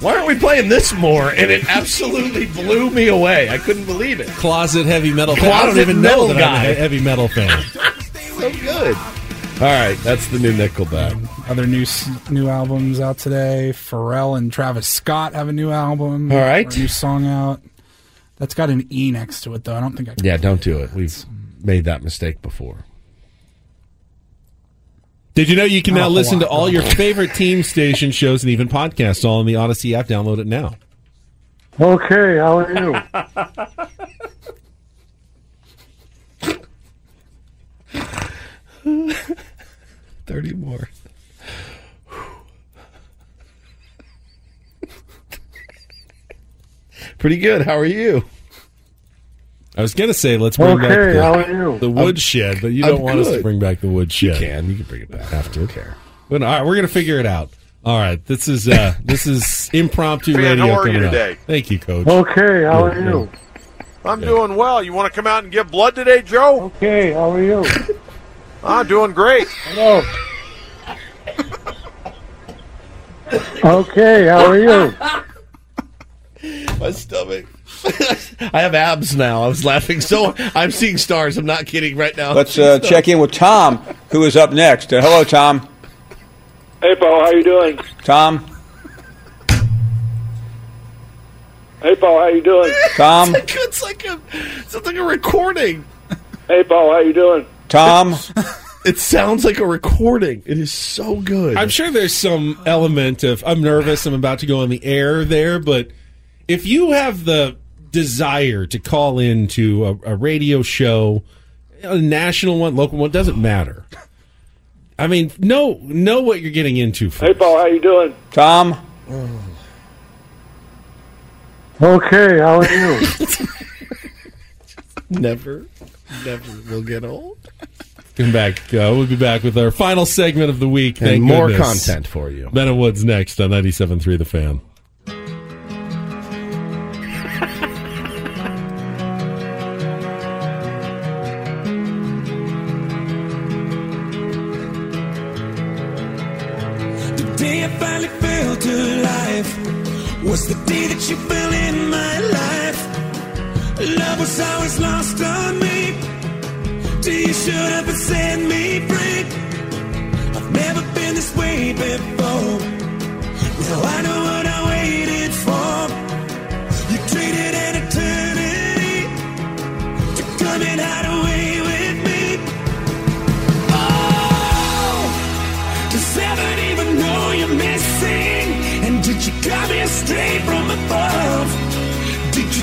Speaker 5: "Why aren't we playing this more?" And it absolutely blew me away. I couldn't believe it.
Speaker 4: closet heavy metal. fan. I don't
Speaker 5: Closet
Speaker 4: even know
Speaker 5: metal
Speaker 4: that
Speaker 5: guy.
Speaker 4: I'm a he- heavy metal fan.
Speaker 5: [laughs] So good. All right, that's the new Nickelback.
Speaker 7: Other new s- new albums out today. Pharrell and Travis Scott have a new album.
Speaker 5: All right.
Speaker 7: or a new song out. That's got an E next to it though. I don't think I.
Speaker 5: Yeah, don't do it. We've made that mistake before.
Speaker 4: Did you know you can
Speaker 7: Not a
Speaker 4: now
Speaker 7: whole
Speaker 4: listen
Speaker 7: lot
Speaker 4: to all
Speaker 7: going
Speaker 4: your favorite team station shows and even podcasts all on the Odyssey app? Download it now.
Speaker 11: Okay, how are you?
Speaker 7: [laughs]
Speaker 5: Thirty more. Pretty good. How are you?
Speaker 4: I was going to say let's bring back
Speaker 11: Okay,
Speaker 4: the,
Speaker 11: how are you?
Speaker 4: the woodshed, but you
Speaker 5: I'm
Speaker 4: don't want us to
Speaker 5: good.
Speaker 4: bring back the woodshed.
Speaker 5: Can you can bring it back after? care.
Speaker 4: But, all right, we're going to figure it out. All right, this is
Speaker 5: [laughs]
Speaker 4: uh, this is impromptu
Speaker 12: Fran,
Speaker 4: radio
Speaker 12: how are you
Speaker 4: coming up.
Speaker 12: today?
Speaker 4: Thank you, Coach.
Speaker 11: Okay, how are
Speaker 4: Yeah,
Speaker 11: you?
Speaker 12: I'm doing well. You want to come out and give blood today, Joe?
Speaker 11: Okay, how are you?
Speaker 12: I'm doing great.
Speaker 11: Hello. Okay, how are you?
Speaker 5: My stomach. [laughs] I have abs now. I was laughing so. I'm seeing stars. I'm not kidding right now.
Speaker 13: Let's uh, check in with Tom, who is up next. Uh, hello, Tom.
Speaker 11: Hey, Paul, how you doing?
Speaker 13: Tom.
Speaker 11: Hey, Paul, how you doing?
Speaker 13: Tom.
Speaker 5: [laughs] It's like a. It's like a recording.
Speaker 11: Hey, Paul, how you doing?
Speaker 13: Tom.
Speaker 5: It sounds like a recording. It is so good.
Speaker 4: I'm sure there's some element of I'm nervous. I'm about to go on the air there, but if you have the desire to call in to a, a radio show, a national one, local one, doesn't matter. I mean, know know what you're getting into. First. Hey,
Speaker 11: Paul, how you doing?
Speaker 13: Tom.
Speaker 11: Okay, how are you?
Speaker 5: [laughs] Never, never will get old.
Speaker 4: Come back. Uh, we'll be back with our final segment of the week.
Speaker 5: And
Speaker 4: Thank
Speaker 5: more
Speaker 4: goodness.
Speaker 5: content for you.
Speaker 4: Ben and Woods next on 97.3 The Fan.
Speaker 10: The day I finally felt alive was the day that you fell in my life. Love was always lost on me. Till you showed up and set me free. I've never been this way before. Now I know what I waited for. You treated an eternity to come and hide away with me. Oh, does heaven even know you're missing? And did you come here straight from above? Did you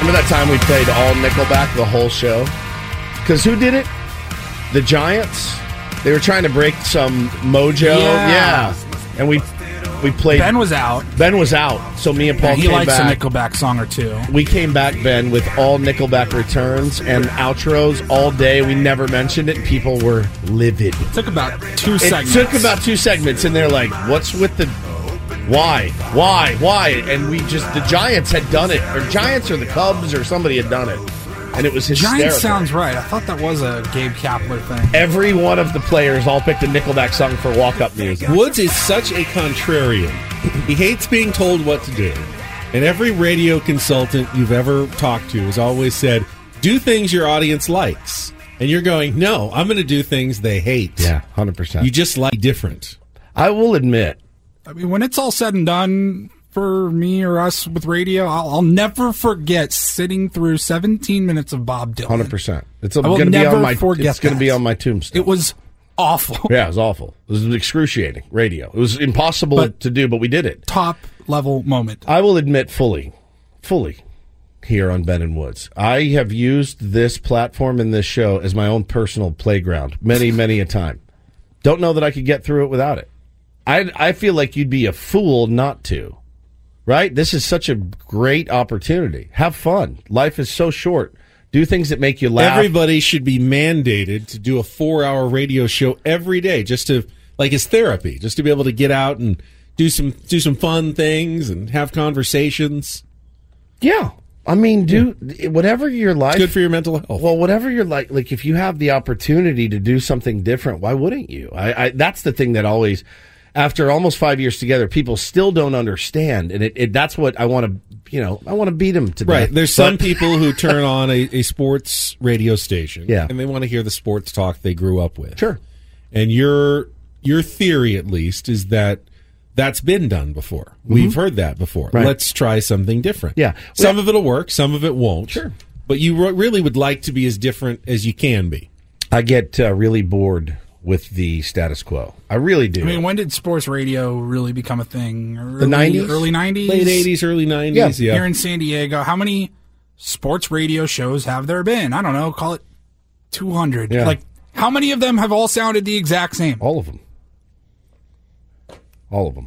Speaker 5: Remember that time we played all Nickelback the whole show? Because who did it? The Giants. They were trying to break some mojo.
Speaker 7: Yeah.
Speaker 5: Yeah. And we we played. Ben was out. Ben was out. So me and Paul
Speaker 7: Yeah, he
Speaker 5: came
Speaker 7: likes a
Speaker 5: back.
Speaker 7: Nickelback song or two.
Speaker 5: we came back, Ben, with all Nickelback returns and outros all day. We never mentioned it. People were livid.
Speaker 7: Took about two
Speaker 5: it
Speaker 7: segments.
Speaker 5: took about two segments, and they're like, "What's with the why, why, why?" And we just the Giants had done it, or Giants or the Cubs or somebody had done it, and it was hysterical.
Speaker 7: Giants sounds right. I thought that was a Gabe Kapler thing.
Speaker 5: Every one of the players all picked a Nickelback song for walk-up music.
Speaker 4: Woods is such a contrarian. He hates being told what to do. And every radio consultant you've ever talked to has always said, do things your audience likes. And you're going, no, I'm going to do things they hate. Yeah,
Speaker 5: 100%.
Speaker 4: You just like different.
Speaker 5: I will admit.
Speaker 7: I mean, when it's all said and done for me or us with radio, I'll, I'll never forget sitting through 17 minutes of Bob Dylan.
Speaker 5: Hundred percent. It's
Speaker 7: I will
Speaker 5: going to be
Speaker 7: never
Speaker 5: on my.
Speaker 7: forget
Speaker 5: It's going to
Speaker 7: that.
Speaker 5: be on my tombstone. It
Speaker 7: was awful.
Speaker 5: Yeah, it was awful. It was excruciating radio. It was impossible to do, but we did it.
Speaker 7: Top level moment.
Speaker 5: I will admit fully, fully here on Ben and Woods. I have used this platform and this show as my own personal playground many, many a time. Don't know that I could get through it without it. I I feel like you'd be a fool not to. Right? This is such a great opportunity. Have fun. Life is so short. Do things that make you laugh.
Speaker 4: Everybody should be mandated to do a four hour radio show every day just to, like, as therapy, just to be able to get out and do some, do some fun things and have conversations.
Speaker 5: Yeah. I mean, dude, whatever your life, good for your mental health. Well, whatever your like, like if you have the opportunity to do something different, why wouldn't you? I, I that's the thing that always, after almost five years together, people still don't understand, and it, it that's what I want to, you know, I want to beat them to
Speaker 4: Right.
Speaker 5: death.
Speaker 4: There's some
Speaker 5: But-
Speaker 4: people who turn on a, a sports radio station
Speaker 5: Yeah.
Speaker 4: and they want to hear the sports talk they grew up with. Sure. And your your theory at least is that that's been done before. We've heard that before.
Speaker 5: Mm-hmm. Right.
Speaker 4: Let's try something different.
Speaker 5: Yeah.
Speaker 4: Some of it'll work, some of it won't. Sure. But you re- really would like to be as different as you can be.
Speaker 5: I get uh, really bored with the status quo. I really do.
Speaker 7: I mean, when did sports radio really become a thing? Early,
Speaker 5: the 90s?
Speaker 7: early 90s,
Speaker 4: Late 80s, early 90s, yeah.
Speaker 7: Here in San Diego, how many sports radio shows have there been? I don't know. Call it 200.
Speaker 4: Yeah.
Speaker 7: Like, how many of them have all sounded the exact same?
Speaker 5: All of them. all of them,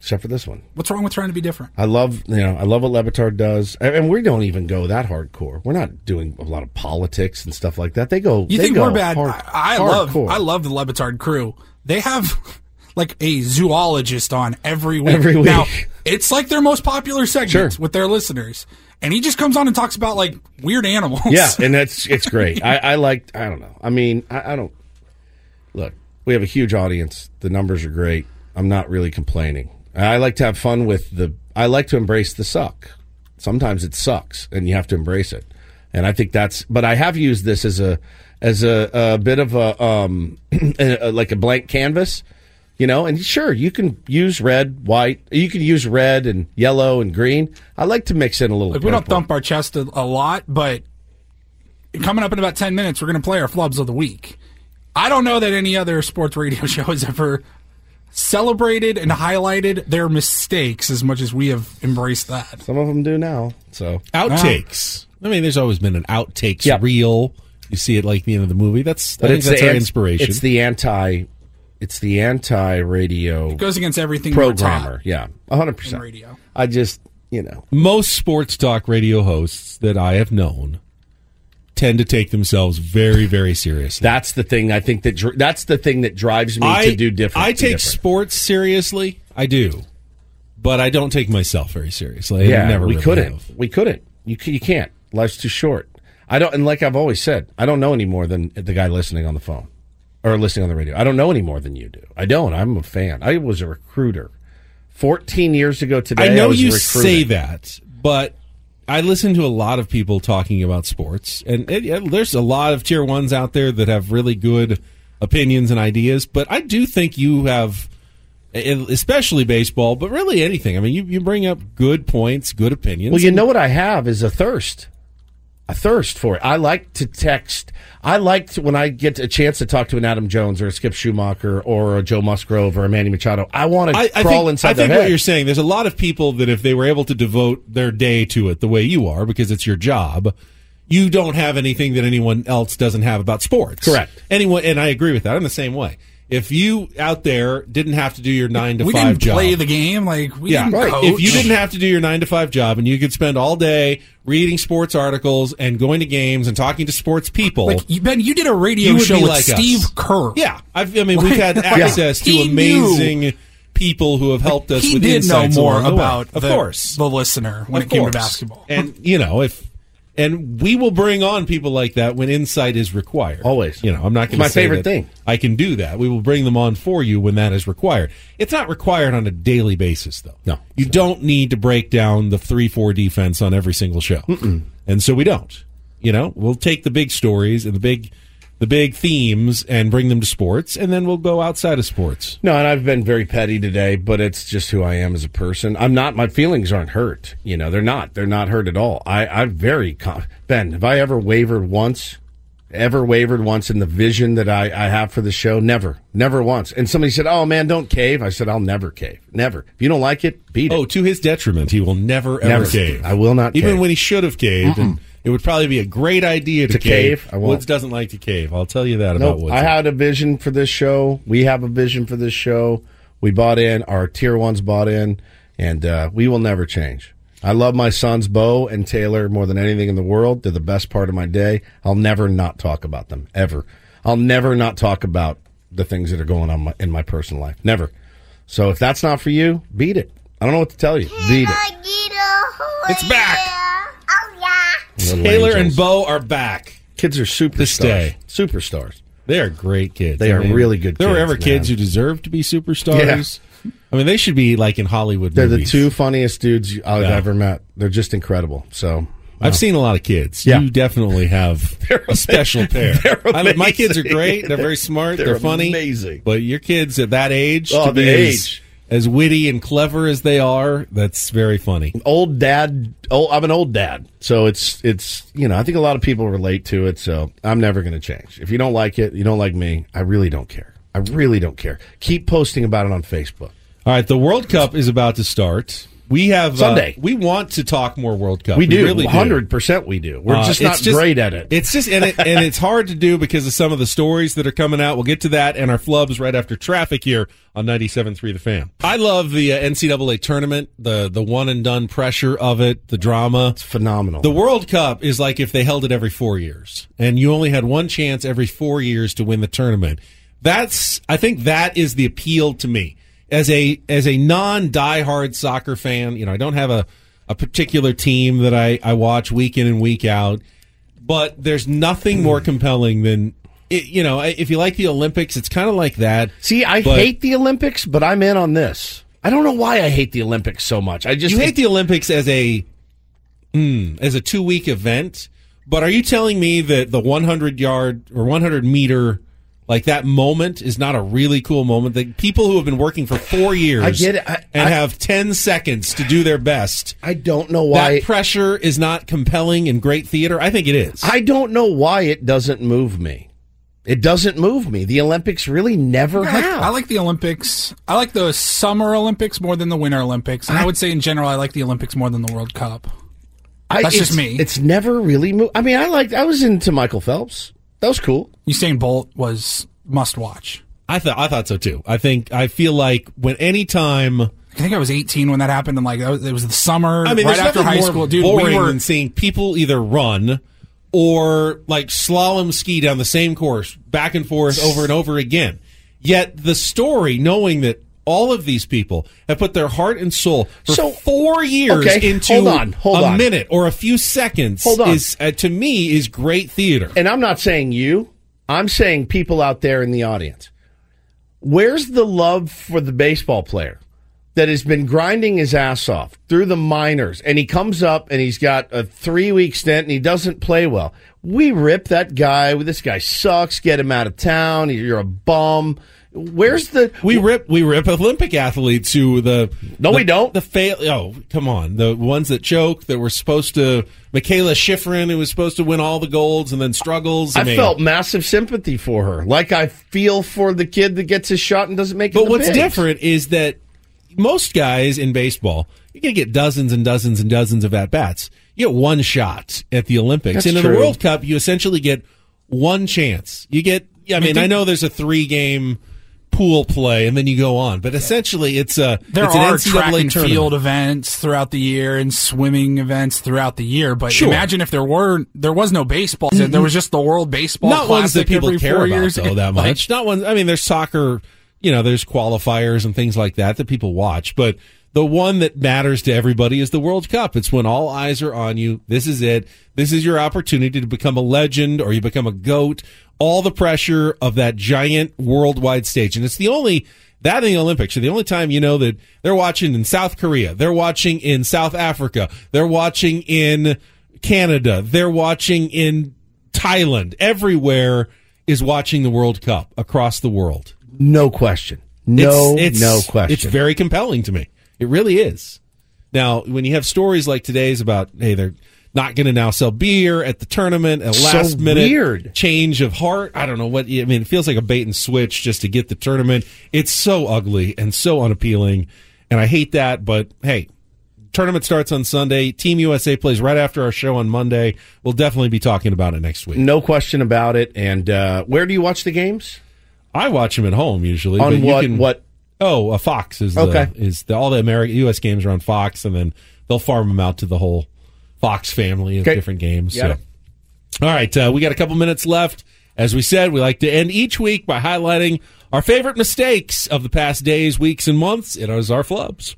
Speaker 5: except for this one.
Speaker 7: What's wrong with trying to be different?
Speaker 5: I love you know I love what Levitard does, and and we don't even go that hardcore. We're not doing a lot of politics and stuff like that. They go.
Speaker 7: You
Speaker 5: they
Speaker 7: think
Speaker 5: go
Speaker 7: we're bad?
Speaker 5: hard-
Speaker 7: I, I love.
Speaker 5: hardcore.
Speaker 7: I love the Lebetard crew. They have like a zoologist on every week.
Speaker 5: Every week.
Speaker 7: Now it's like their most popular segment with their listeners, and he just comes on and talks about like weird animals. [laughs]
Speaker 5: Yeah, and that's it's great. I, I like. I don't know. I mean, I, I don't. Look, we have a huge audience. The numbers are great. I'm not really complaining. I like to have fun with the. I like to embrace the suck. Sometimes it sucks, and you have to embrace it. And I think that's. But I have used this as a as a, a bit of a um [clears throat] a, a- like a blank canvas. You know, and sure, you can use red, white. You can use red and yellow and green. I like to mix in a little.
Speaker 7: Like we don't
Speaker 5: purple.
Speaker 7: thump our chest a, a lot, but coming up in about ten minutes, we're going to play our flubs of the week. I don't know that any other sports radio [laughs] show has ever celebrated and highlighted their mistakes as much as we have embraced that.
Speaker 5: Some of them do now. So
Speaker 4: Outtakes.
Speaker 5: Ah.
Speaker 4: I mean, there's always been an outtakes reel. You see it like the end of the movie. That's I think that's our
Speaker 5: an-
Speaker 4: inspiration.
Speaker 5: It's the anti. It's the anti radio.
Speaker 7: It goes against everything we were taught.
Speaker 5: programmer. Yeah, hundred percent.
Speaker 7: In radio.
Speaker 5: I just you know
Speaker 4: most sports talk radio hosts that I have known tend to take themselves very, very seriously.
Speaker 5: that's the thing. I think that dr- that's the thing that drives me
Speaker 4: I
Speaker 5: to do different.
Speaker 4: I
Speaker 5: be
Speaker 4: take
Speaker 5: different.
Speaker 4: sports seriously. I do, but I don't take myself very seriously. I
Speaker 5: yeah,
Speaker 4: never
Speaker 5: we
Speaker 4: really
Speaker 5: couldn't.
Speaker 4: have.
Speaker 5: We couldn't. You c- you can't. Life's too short. I don't. And like I've always said, I don't know any more than the guy listening on the phone or listening on the radio. I don't know any more than you do. I don't. I'm a fan. I was a recruiter. 14 years ago today,
Speaker 4: I know
Speaker 5: was
Speaker 4: you
Speaker 5: a recruiter.
Speaker 4: say that, but I listen to a lot of people talking about sports, and it, yeah, there's a lot of tier ones out there that have really good opinions and ideas. But I do think you have, e- especially baseball, but really anything. I mean, you, you bring up good points, good opinions.
Speaker 5: Well, you know what I have is a thirst, a thirst for it. I like to text. I like to, when I get a chance to talk to an Adam Jones or a Skip Schumacher or a Joe Musgrove or a Manny Machado. I want to
Speaker 4: I, I
Speaker 5: crawl
Speaker 4: think,
Speaker 5: inside
Speaker 4: I
Speaker 5: their
Speaker 4: think
Speaker 5: head.
Speaker 4: what you're saying, there's a lot of people that if they were able to devote their day to it the way you are, because it's your job, you don't have anything that anyone else doesn't have about sports. Correct. Anyone, and I agree with that. I'm the same way. If you out there didn't have to do your nine to
Speaker 7: we
Speaker 4: five
Speaker 7: didn't play
Speaker 4: job,
Speaker 7: the game. Like we
Speaker 4: yeah,
Speaker 7: didn't coach.
Speaker 4: if you didn't have to do your nine to five job and you could spend all day reading sports articles and going to games and talking to sports people,
Speaker 7: like you- Ben, you did a radio
Speaker 4: You would
Speaker 7: show
Speaker 4: be
Speaker 7: with
Speaker 4: like us.
Speaker 7: Steve Kerr.
Speaker 4: Yeah, I've, I mean, we've had access to amazing people who have helped us
Speaker 7: He
Speaker 4: with
Speaker 7: did know
Speaker 4: insights
Speaker 7: more
Speaker 4: along the way.
Speaker 7: about
Speaker 4: of
Speaker 7: the,
Speaker 4: course.
Speaker 7: the listener when
Speaker 4: Of
Speaker 7: it came
Speaker 4: course.
Speaker 7: to basketball.
Speaker 4: And you know, if and we will bring on people like that when insight is required. Always. You know, I'm not
Speaker 5: It's
Speaker 4: going to
Speaker 5: my favorite thing.
Speaker 4: I can do that. We will bring them on for you when that is required. It's not required on a daily basis though. No. You don't need to break down the 3-4 defense on every single show. And so we don't. You know, we'll take the big stories and the big the big themes and bring them to sports and then we'll go outside of sports.
Speaker 5: No, and I've been very petty today, but it's just who I am as a person. I'm not. My feelings aren't hurt. You know, they're not. They're not hurt at all. I, I'm very con- Ben. Have I ever wavered once? Ever wavered once in the vision that I, I have for the show? Never, never once. And somebody said, "Oh man, don't cave." I said, "I'll never cave. Never. If you don't like it, beat it."
Speaker 4: Oh, to his detriment, he will never ever
Speaker 5: Never.
Speaker 4: cave.
Speaker 5: I will not
Speaker 4: even
Speaker 5: cave.
Speaker 4: when he should have caved. And it would probably be a great idea to,
Speaker 5: To cave? I won't.
Speaker 4: Woods doesn't like to cave. I'll tell you that about
Speaker 5: Nope.
Speaker 4: Woods.
Speaker 5: I had a vision for this show. We have a vision for this show. We bought in. Our tier ones bought in, and uh, we will never change. I love my sons, Bo and Taylor, more than anything in the world. They're the best part of my day. I'll never not talk about them ever. I'll never not talk about the things that are going on my, in my personal life. Never. So if that's not for you, beat it. I don't know what to tell you. Beat it.
Speaker 3: It's back.
Speaker 4: Yes,
Speaker 5: Little
Speaker 4: Taylor
Speaker 5: angels.
Speaker 4: and Bo are back.
Speaker 5: Kids are superstars.
Speaker 4: This day.
Speaker 5: Superstars.
Speaker 4: They are great kids.
Speaker 5: They
Speaker 4: I
Speaker 5: are really good
Speaker 4: There were
Speaker 5: kids,
Speaker 4: ever kids who
Speaker 5: man.
Speaker 4: deserve to be superstars. I mean, they should be like in Hollywood
Speaker 5: They're
Speaker 4: movies.
Speaker 5: the two funniest dudes I've
Speaker 4: Yeah.
Speaker 5: ever met. They're just incredible. So
Speaker 4: I've seen a lot of kids.
Speaker 5: Yeah.
Speaker 4: You definitely
Speaker 5: [laughs]
Speaker 4: have a special pair.
Speaker 5: They're
Speaker 4: I mean, my kids are
Speaker 5: amazing.
Speaker 4: great. They're very smart. They're,
Speaker 5: They're
Speaker 4: funny.
Speaker 5: amazing.
Speaker 4: But your kids at that age,
Speaker 5: Oh,
Speaker 4: to be
Speaker 5: the
Speaker 4: as,
Speaker 5: age.
Speaker 4: as witty and clever as they are, that's very funny.
Speaker 5: old dad. Oh, I'm an old dad, so it's it's you know I think a lot of people relate to it. So I'm never going to change. If you don't like it, you don't like me. I really don't care. I really don't care. Keep posting about it on Facebook.
Speaker 4: All right, the World Cup is about to start. We have uh,
Speaker 5: Sunday.
Speaker 4: we want to talk more World Cup.
Speaker 5: we do
Speaker 4: really
Speaker 5: 100. percent We do. We're
Speaker 4: Uh,
Speaker 5: just
Speaker 4: it's
Speaker 5: not great at it.
Speaker 4: It's just and it, and it's hard to do because of some of the stories that are coming out. We'll get to that and our flubs right after traffic here on 97.3 The Fan. I love the uh, NCAA tournament, the the one and done pressure of it, the drama. It's
Speaker 5: phenomenal.
Speaker 4: The World Cup is like if they held it every 4 years and you only had one chance every 4 years to win the tournament. That's I think that is the appeal to me. As a as a non diehard soccer fan, you know, I don't have a a particular team that I, I watch week in and week out but there's nothing more compelling than it, you know I- if you like the olympics it's kind of like that
Speaker 5: See, I
Speaker 4: But-
Speaker 5: hate the Olympics, but I'm in on this. I don't know why I hate the Olympics so much. I just
Speaker 4: you hate the olympics as a mm, as a two week event but are you telling me that the 100 yard or 100 meter like that moment is not a really cool moment that people who have been working for four years
Speaker 5: I get it. I-
Speaker 4: and
Speaker 5: I-
Speaker 4: have 10 seconds to do their best
Speaker 5: I don't know
Speaker 4: that
Speaker 5: why.
Speaker 4: pressure is not compelling and great theater i think it is
Speaker 5: I don't know why it doesn't move me. It doesn't move me. The Olympics really never
Speaker 7: I like,
Speaker 5: have.
Speaker 7: I like the Olympics. I like the Summer Olympics more than the Winter Olympics, and I, would say in general, I like the Olympics more than the World Cup.
Speaker 5: I-
Speaker 7: That's just
Speaker 5: it's-
Speaker 7: me.
Speaker 5: It's never really moved. I mean, I liked. I was into Michael Phelps. That was cool.
Speaker 7: Usain Bolt was must watch.
Speaker 4: I thought I thought so too. I think I feel like when any time I
Speaker 7: think I was 18 when that happened, and like that was- it was the summer
Speaker 4: I mean,
Speaker 7: right
Speaker 4: there's
Speaker 7: after
Speaker 4: nothing
Speaker 7: high
Speaker 4: more
Speaker 7: school. Dude,
Speaker 4: boring
Speaker 7: we were
Speaker 4: than seeing people either run or like slalom ski down the same course back and
Speaker 5: [sighs]
Speaker 4: forth over and over again. Yet the story, knowing that all of these people have put their heart and soul for
Speaker 5: So-
Speaker 4: four years
Speaker 5: Okay,
Speaker 4: into
Speaker 5: hold on, hold
Speaker 4: a
Speaker 5: on.
Speaker 4: minute or a few seconds
Speaker 5: Hold on.
Speaker 4: is uh, to me is great theater.
Speaker 5: And I'm not saying you. I'm saying people out there in the audience. Where's the love for the baseball player that has been grinding his ass off through the minors and he comes up and he's got a three week stint and he doesn't play well? We rip that guy. This guy sucks. Get him out of town. You're a bum. Where's the
Speaker 4: We rip we rip Olympic athletes who the
Speaker 5: No,
Speaker 4: the-
Speaker 5: we don't.
Speaker 4: the fail oh come on the ones that choke that were supposed to Michaela Schifrin who was supposed to win all the golds and then struggles.
Speaker 5: I
Speaker 4: mean-
Speaker 5: felt massive sympathy for her, like I feel for the kid that gets his shot and doesn't make it.
Speaker 4: But
Speaker 5: in the
Speaker 4: what's
Speaker 5: bigs.
Speaker 4: different is that most guys in baseball, you're going to get dozens and dozens and dozens of at bats. You get one shot at the Olympics.
Speaker 5: That's
Speaker 4: and in the
Speaker 5: true.
Speaker 4: World Cup, you essentially get one chance. You get, I mean,
Speaker 7: do-
Speaker 4: I know there's a three game pool play and then you go on, but essentially it's a,
Speaker 7: there
Speaker 4: it's
Speaker 7: are
Speaker 4: an NCAA
Speaker 7: track and
Speaker 4: tournament.
Speaker 7: field events throughout the year and swimming events throughout the year. But
Speaker 4: Sure.
Speaker 7: imagine if there were there was no baseball. There was just the World Baseball
Speaker 4: Not ones that
Speaker 7: Classic
Speaker 4: people
Speaker 7: every
Speaker 4: care
Speaker 7: four
Speaker 4: about
Speaker 7: years.
Speaker 4: though [laughs] that
Speaker 7: Like,
Speaker 4: much. Not ones. I mean, there's soccer. You know, there's qualifiers and things like that that people watch, but the one that matters to everybody is the World Cup. It's when all eyes are on you. This is it. This is your opportunity to become a legend or you become a goat. All the pressure of that giant worldwide stage, and it's the only. That in the Olympics are the only time you know that they're watching in South Korea, they're watching in South Africa, they're watching in Canada, they're watching in Thailand, everywhere is watching the World Cup across the world.
Speaker 5: No question. No,
Speaker 4: It's- it's-
Speaker 5: no question.
Speaker 4: It's very compelling to me. It really is. Now, when you have stories like today's about, hey, they're not going to now sell beer at the tournament, a
Speaker 5: So
Speaker 4: last minute
Speaker 5: weird.
Speaker 4: change of heart. I don't know what, I mean, it feels like a bait and switch just to get the tournament. It's so ugly and so unappealing. And I hate that, but hey, tournament starts on Sunday. Team USA plays right after our show on Monday. We'll definitely be talking about it next week.
Speaker 5: No question about it. And uh, where do you watch the games?
Speaker 4: I watch them at home usually.
Speaker 5: On
Speaker 4: but
Speaker 5: what-
Speaker 4: You can,
Speaker 5: what-
Speaker 4: Oh, a Fox is the,
Speaker 5: Okay.
Speaker 4: Is the, all the American U.S. games are on Fox, and then they'll farm them out to the whole Fox family of
Speaker 5: Okay.
Speaker 4: different games.
Speaker 5: Got
Speaker 4: so. All right, uh, we got a couple minutes left. As we said, we like to end each week by highlighting our favorite mistakes of the past days, weeks, and months. It is our flubs.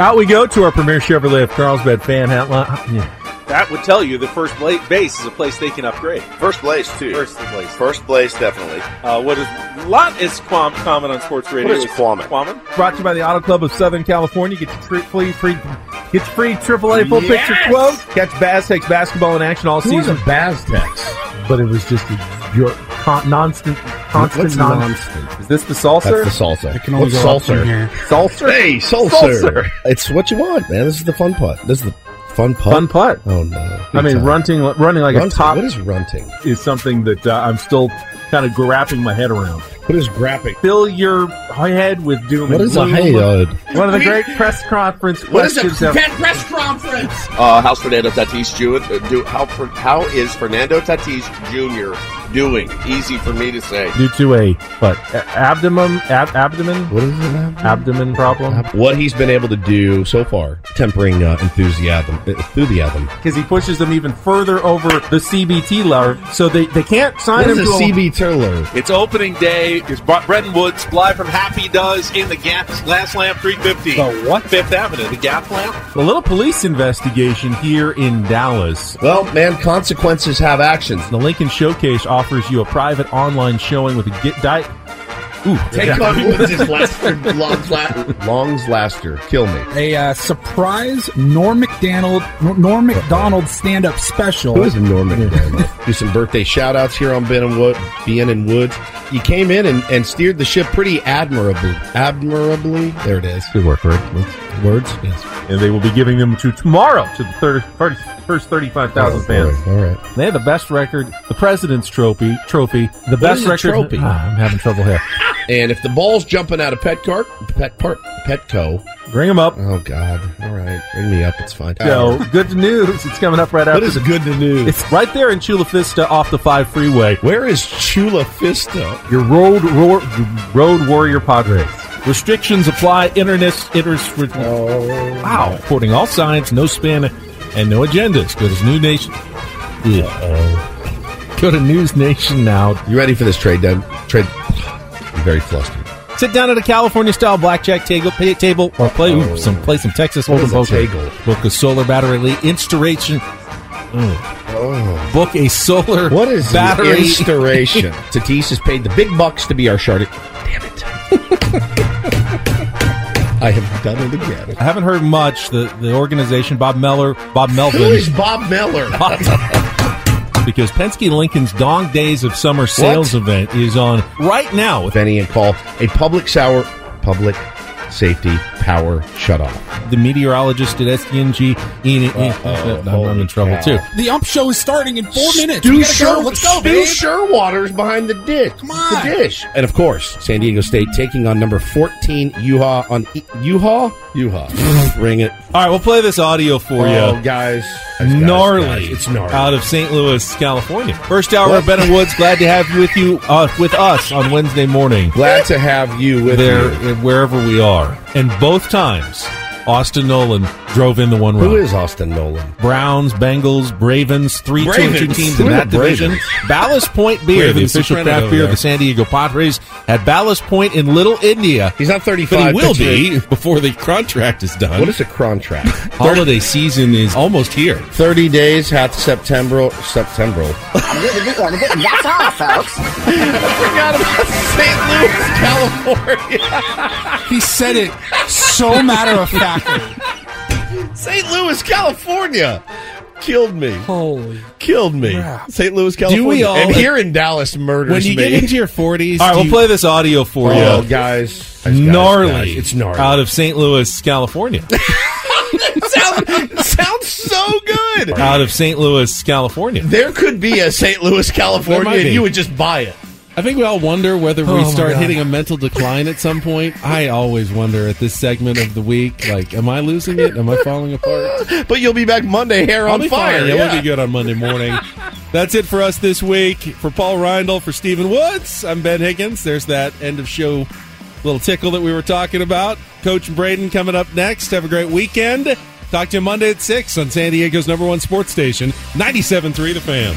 Speaker 4: Out we go to our premier Chevrolet of Carlsbad fan hotline.
Speaker 14: That would tell you the first bla- base is a place they can upgrade.
Speaker 15: First place too.
Speaker 14: First place.
Speaker 15: First place, definitely.
Speaker 14: Uh, what is lot is quam- common on sports radio?
Speaker 15: What is quamming?
Speaker 14: Quamming?
Speaker 4: Brought to you by the Auto Club of Southern California. Get your tri- free, free, get your free AAA full
Speaker 5: Yes!
Speaker 4: picture quote. Catch Aztecs basketball in action all
Speaker 5: Who are
Speaker 4: season.
Speaker 5: the Aztecs?
Speaker 4: But it was just a, your con- constant, constant,
Speaker 5: What's
Speaker 4: non-
Speaker 5: nonstant?
Speaker 4: Is this the salsa?
Speaker 5: That's the salsa.
Speaker 4: I can only
Speaker 5: What's
Speaker 4: go up
Speaker 5: salsa?
Speaker 4: from here.
Speaker 5: Salsa. Hey, salsa.
Speaker 4: Salsa.
Speaker 5: It's what you want, man. This is the fun putt. This is the fun putt.
Speaker 4: Fun putt.
Speaker 5: Oh no.
Speaker 4: I mean, runting, running like a
Speaker 5: Runting.
Speaker 4: top.
Speaker 5: What is runting?
Speaker 4: Is something that uh, I'm still kind of grappling my head around.
Speaker 5: What is grapping?
Speaker 4: Fill your head with doom.
Speaker 5: What
Speaker 4: and
Speaker 5: is a
Speaker 4: gloom.
Speaker 5: hayod?
Speaker 4: One of the great press conference
Speaker 15: What is a
Speaker 4: questions. of-
Speaker 15: pet
Speaker 7: press conference?
Speaker 15: Uh, how's Fernando Tatis Jr. Do, how Fer- how is Fernando Tatis Jr. doing? Easy for me to say.
Speaker 4: due to a what A- abdomen ab- abdomen
Speaker 5: what is it
Speaker 4: abdomen, problem
Speaker 5: What he's been able to do so far, tempering uh, enthusiasm, enthusiasm.
Speaker 4: because he pushes them even further over the CBT level so they, they can't sign
Speaker 5: What
Speaker 4: him
Speaker 5: is a
Speaker 4: to
Speaker 5: CB Turler?
Speaker 14: It's opening day. It's Bre- Bretton Woods live from Happy Does in the Gap Glass Lamp 350.
Speaker 4: The what?
Speaker 14: Fifth Avenue, the Gap Lamp.
Speaker 4: a little police investigation here in Dallas.
Speaker 5: Well, man, consequences have actions.
Speaker 4: The Lincoln Showcase offers you a private online showing with a get diet. Ooh,
Speaker 5: Take on Woods' laster, longs, la- longs laster, kill me.
Speaker 7: A uh, surprise Norm McDonald Norm McDonald stand up special.
Speaker 5: Who is Norm McDonald? Do some birthday shout outs here on Ben and Wood, Ben and Woods. You came in and, and steered the ship pretty admirably. Admirably, there it is.
Speaker 4: Good work, right?
Speaker 5: Words, yes.
Speaker 4: And they will be giving them to tomorrow to the third, first, first thirty-five thousand fans.
Speaker 5: All right.
Speaker 4: They had the best record, the President's Trophy, trophy, the best
Speaker 5: is a
Speaker 4: record.
Speaker 5: trophy?
Speaker 4: Ah, I'm having trouble here.
Speaker 5: And if the ball's jumping out of Petcart, Pet Park, Petco,
Speaker 4: bring him up.
Speaker 5: Oh God! All right, bring me up. It's fine.
Speaker 4: So, good news. It's coming up right after.
Speaker 5: is
Speaker 4: the-
Speaker 5: good
Speaker 4: [laughs]
Speaker 5: news?
Speaker 4: It's right there in Chula Vista off the 5 freeway.
Speaker 5: Where is Chula Vista?
Speaker 4: Your road roar, road warrior Padres. Restrictions apply. Internet interest.
Speaker 5: Oh.
Speaker 4: Wow. Quoting all signs, no spin, and no agendas. Go to New Nation. Go to News Nation now.
Speaker 5: You ready for this trade? Doug? Trade. I'm very flustered.
Speaker 4: Sit down at a California-style blackjack table, pay, table or play ooh, some play some Texas Hold'em
Speaker 5: is a
Speaker 4: poker.
Speaker 5: table?
Speaker 4: Book a solar battery lead installation.
Speaker 5: Oh.
Speaker 4: Book a solar
Speaker 5: What is
Speaker 4: battery
Speaker 5: the
Speaker 4: [laughs]
Speaker 5: instauration? Tatis has paid the big bucks to be our shark. Damn it! I have done it again.
Speaker 4: I haven't heard much. The the organization, Bob Meller, Bob Melvin.
Speaker 5: Who is Bob Miller?
Speaker 4: [laughs] because Penske Lincoln's Dong Days of Summer sales event is on right now.
Speaker 5: With Benny and Call, a public sour, public safety power shutoff.
Speaker 4: The meteorologist at SDNG, Ian, Ian-
Speaker 5: Uh-oh,
Speaker 4: I'm- I'm
Speaker 5: holy
Speaker 4: in trouble
Speaker 5: cow.
Speaker 4: too.
Speaker 7: The ump show is starting in four minutes.
Speaker 5: Stu
Speaker 7: We gotta go.
Speaker 5: Sher-
Speaker 7: Let's go,
Speaker 5: Stu
Speaker 7: babe.
Speaker 5: Sherwater's behind the ditch. Come
Speaker 7: on.
Speaker 5: The dish. And of course, San Diego State taking on number 14 Yuha on E- Yuha? Yuha. Ring it.
Speaker 4: All right, we'll play this audio for
Speaker 5: Oh,
Speaker 4: you.
Speaker 5: guys. Guys, guys,
Speaker 4: Gnarly.
Speaker 5: guys, it's gnarly.
Speaker 4: Out of St. Louis, California. First hour of Ben and Woods. Glad to have you with you uh, with us on Wednesday morning.
Speaker 5: Glad to have you with
Speaker 4: there uh,
Speaker 5: me.
Speaker 4: wherever we are. And both times, Austin Nolan drove in the one run.
Speaker 5: Who is Austin Nolan?
Speaker 4: Browns, Bengals, Ravens, three two and two
Speaker 5: Bravens.
Speaker 4: teams
Speaker 5: Who
Speaker 4: in
Speaker 5: are
Speaker 4: that
Speaker 5: the
Speaker 4: division. Ballast Point Beer,
Speaker 5: Ravens
Speaker 4: the official
Speaker 5: Soprano
Speaker 4: craft
Speaker 5: over
Speaker 4: beer of
Speaker 5: there.
Speaker 4: the San Diego Padres, at Ballast Point in Little India.
Speaker 5: He's not 35.
Speaker 4: But he will
Speaker 5: but you're-
Speaker 4: be before the contract is done.
Speaker 5: What is a contract? [laughs]
Speaker 4: Holiday season is almost here.
Speaker 5: 30 days, half September. September.
Speaker 10: That's all, folks.
Speaker 5: Forgot about St. Louis, California. [laughs]
Speaker 7: He said it so matter of factly.
Speaker 5: St. Louis, California. Killed me.
Speaker 7: Holy.
Speaker 5: Killed me.
Speaker 7: Crap.
Speaker 5: St. Louis, California.
Speaker 4: all-
Speaker 5: and here in Dallas murders
Speaker 16: When you
Speaker 5: me.
Speaker 16: get into your 40s,
Speaker 4: All right,
Speaker 16: do
Speaker 4: we'll
Speaker 16: you-
Speaker 4: play this audio for you.
Speaker 5: [laughs] Oh, guys. guys,
Speaker 4: gnarly.
Speaker 5: guys, it's gnarly.
Speaker 4: Out of St. Louis, California.
Speaker 5: sounds, sounds so
Speaker 4: [laughs]
Speaker 5: good.
Speaker 4: out of St. Louis, California.
Speaker 5: There could be a St. Louis,
Speaker 16: There
Speaker 5: California,
Speaker 16: might
Speaker 5: and
Speaker 16: be.
Speaker 5: you would just buy it.
Speaker 16: I think we all wonder whether
Speaker 7: Oh,
Speaker 16: we
Speaker 7: my
Speaker 16: start
Speaker 7: God.
Speaker 16: hitting a mental decline at some point. I always wonder at this segment of the week, like, am I losing it? Am I falling apart?
Speaker 5: But you'll be back Monday, hair
Speaker 16: I'll
Speaker 5: on
Speaker 16: be
Speaker 5: fire.
Speaker 16: fine. It
Speaker 5: yeah.
Speaker 16: will be good on Monday
Speaker 5: [laughs]
Speaker 16: morning. That's it for us this week. For Paul Reindl, for Stephen Woods, I'm Ben Higgins. There's that end of show little tickle that we were talking about. Coach Braden coming up next. Have a great weekend. Talk to you Monday at 6 on San Diego's number one sports station, 97.3 The Fan.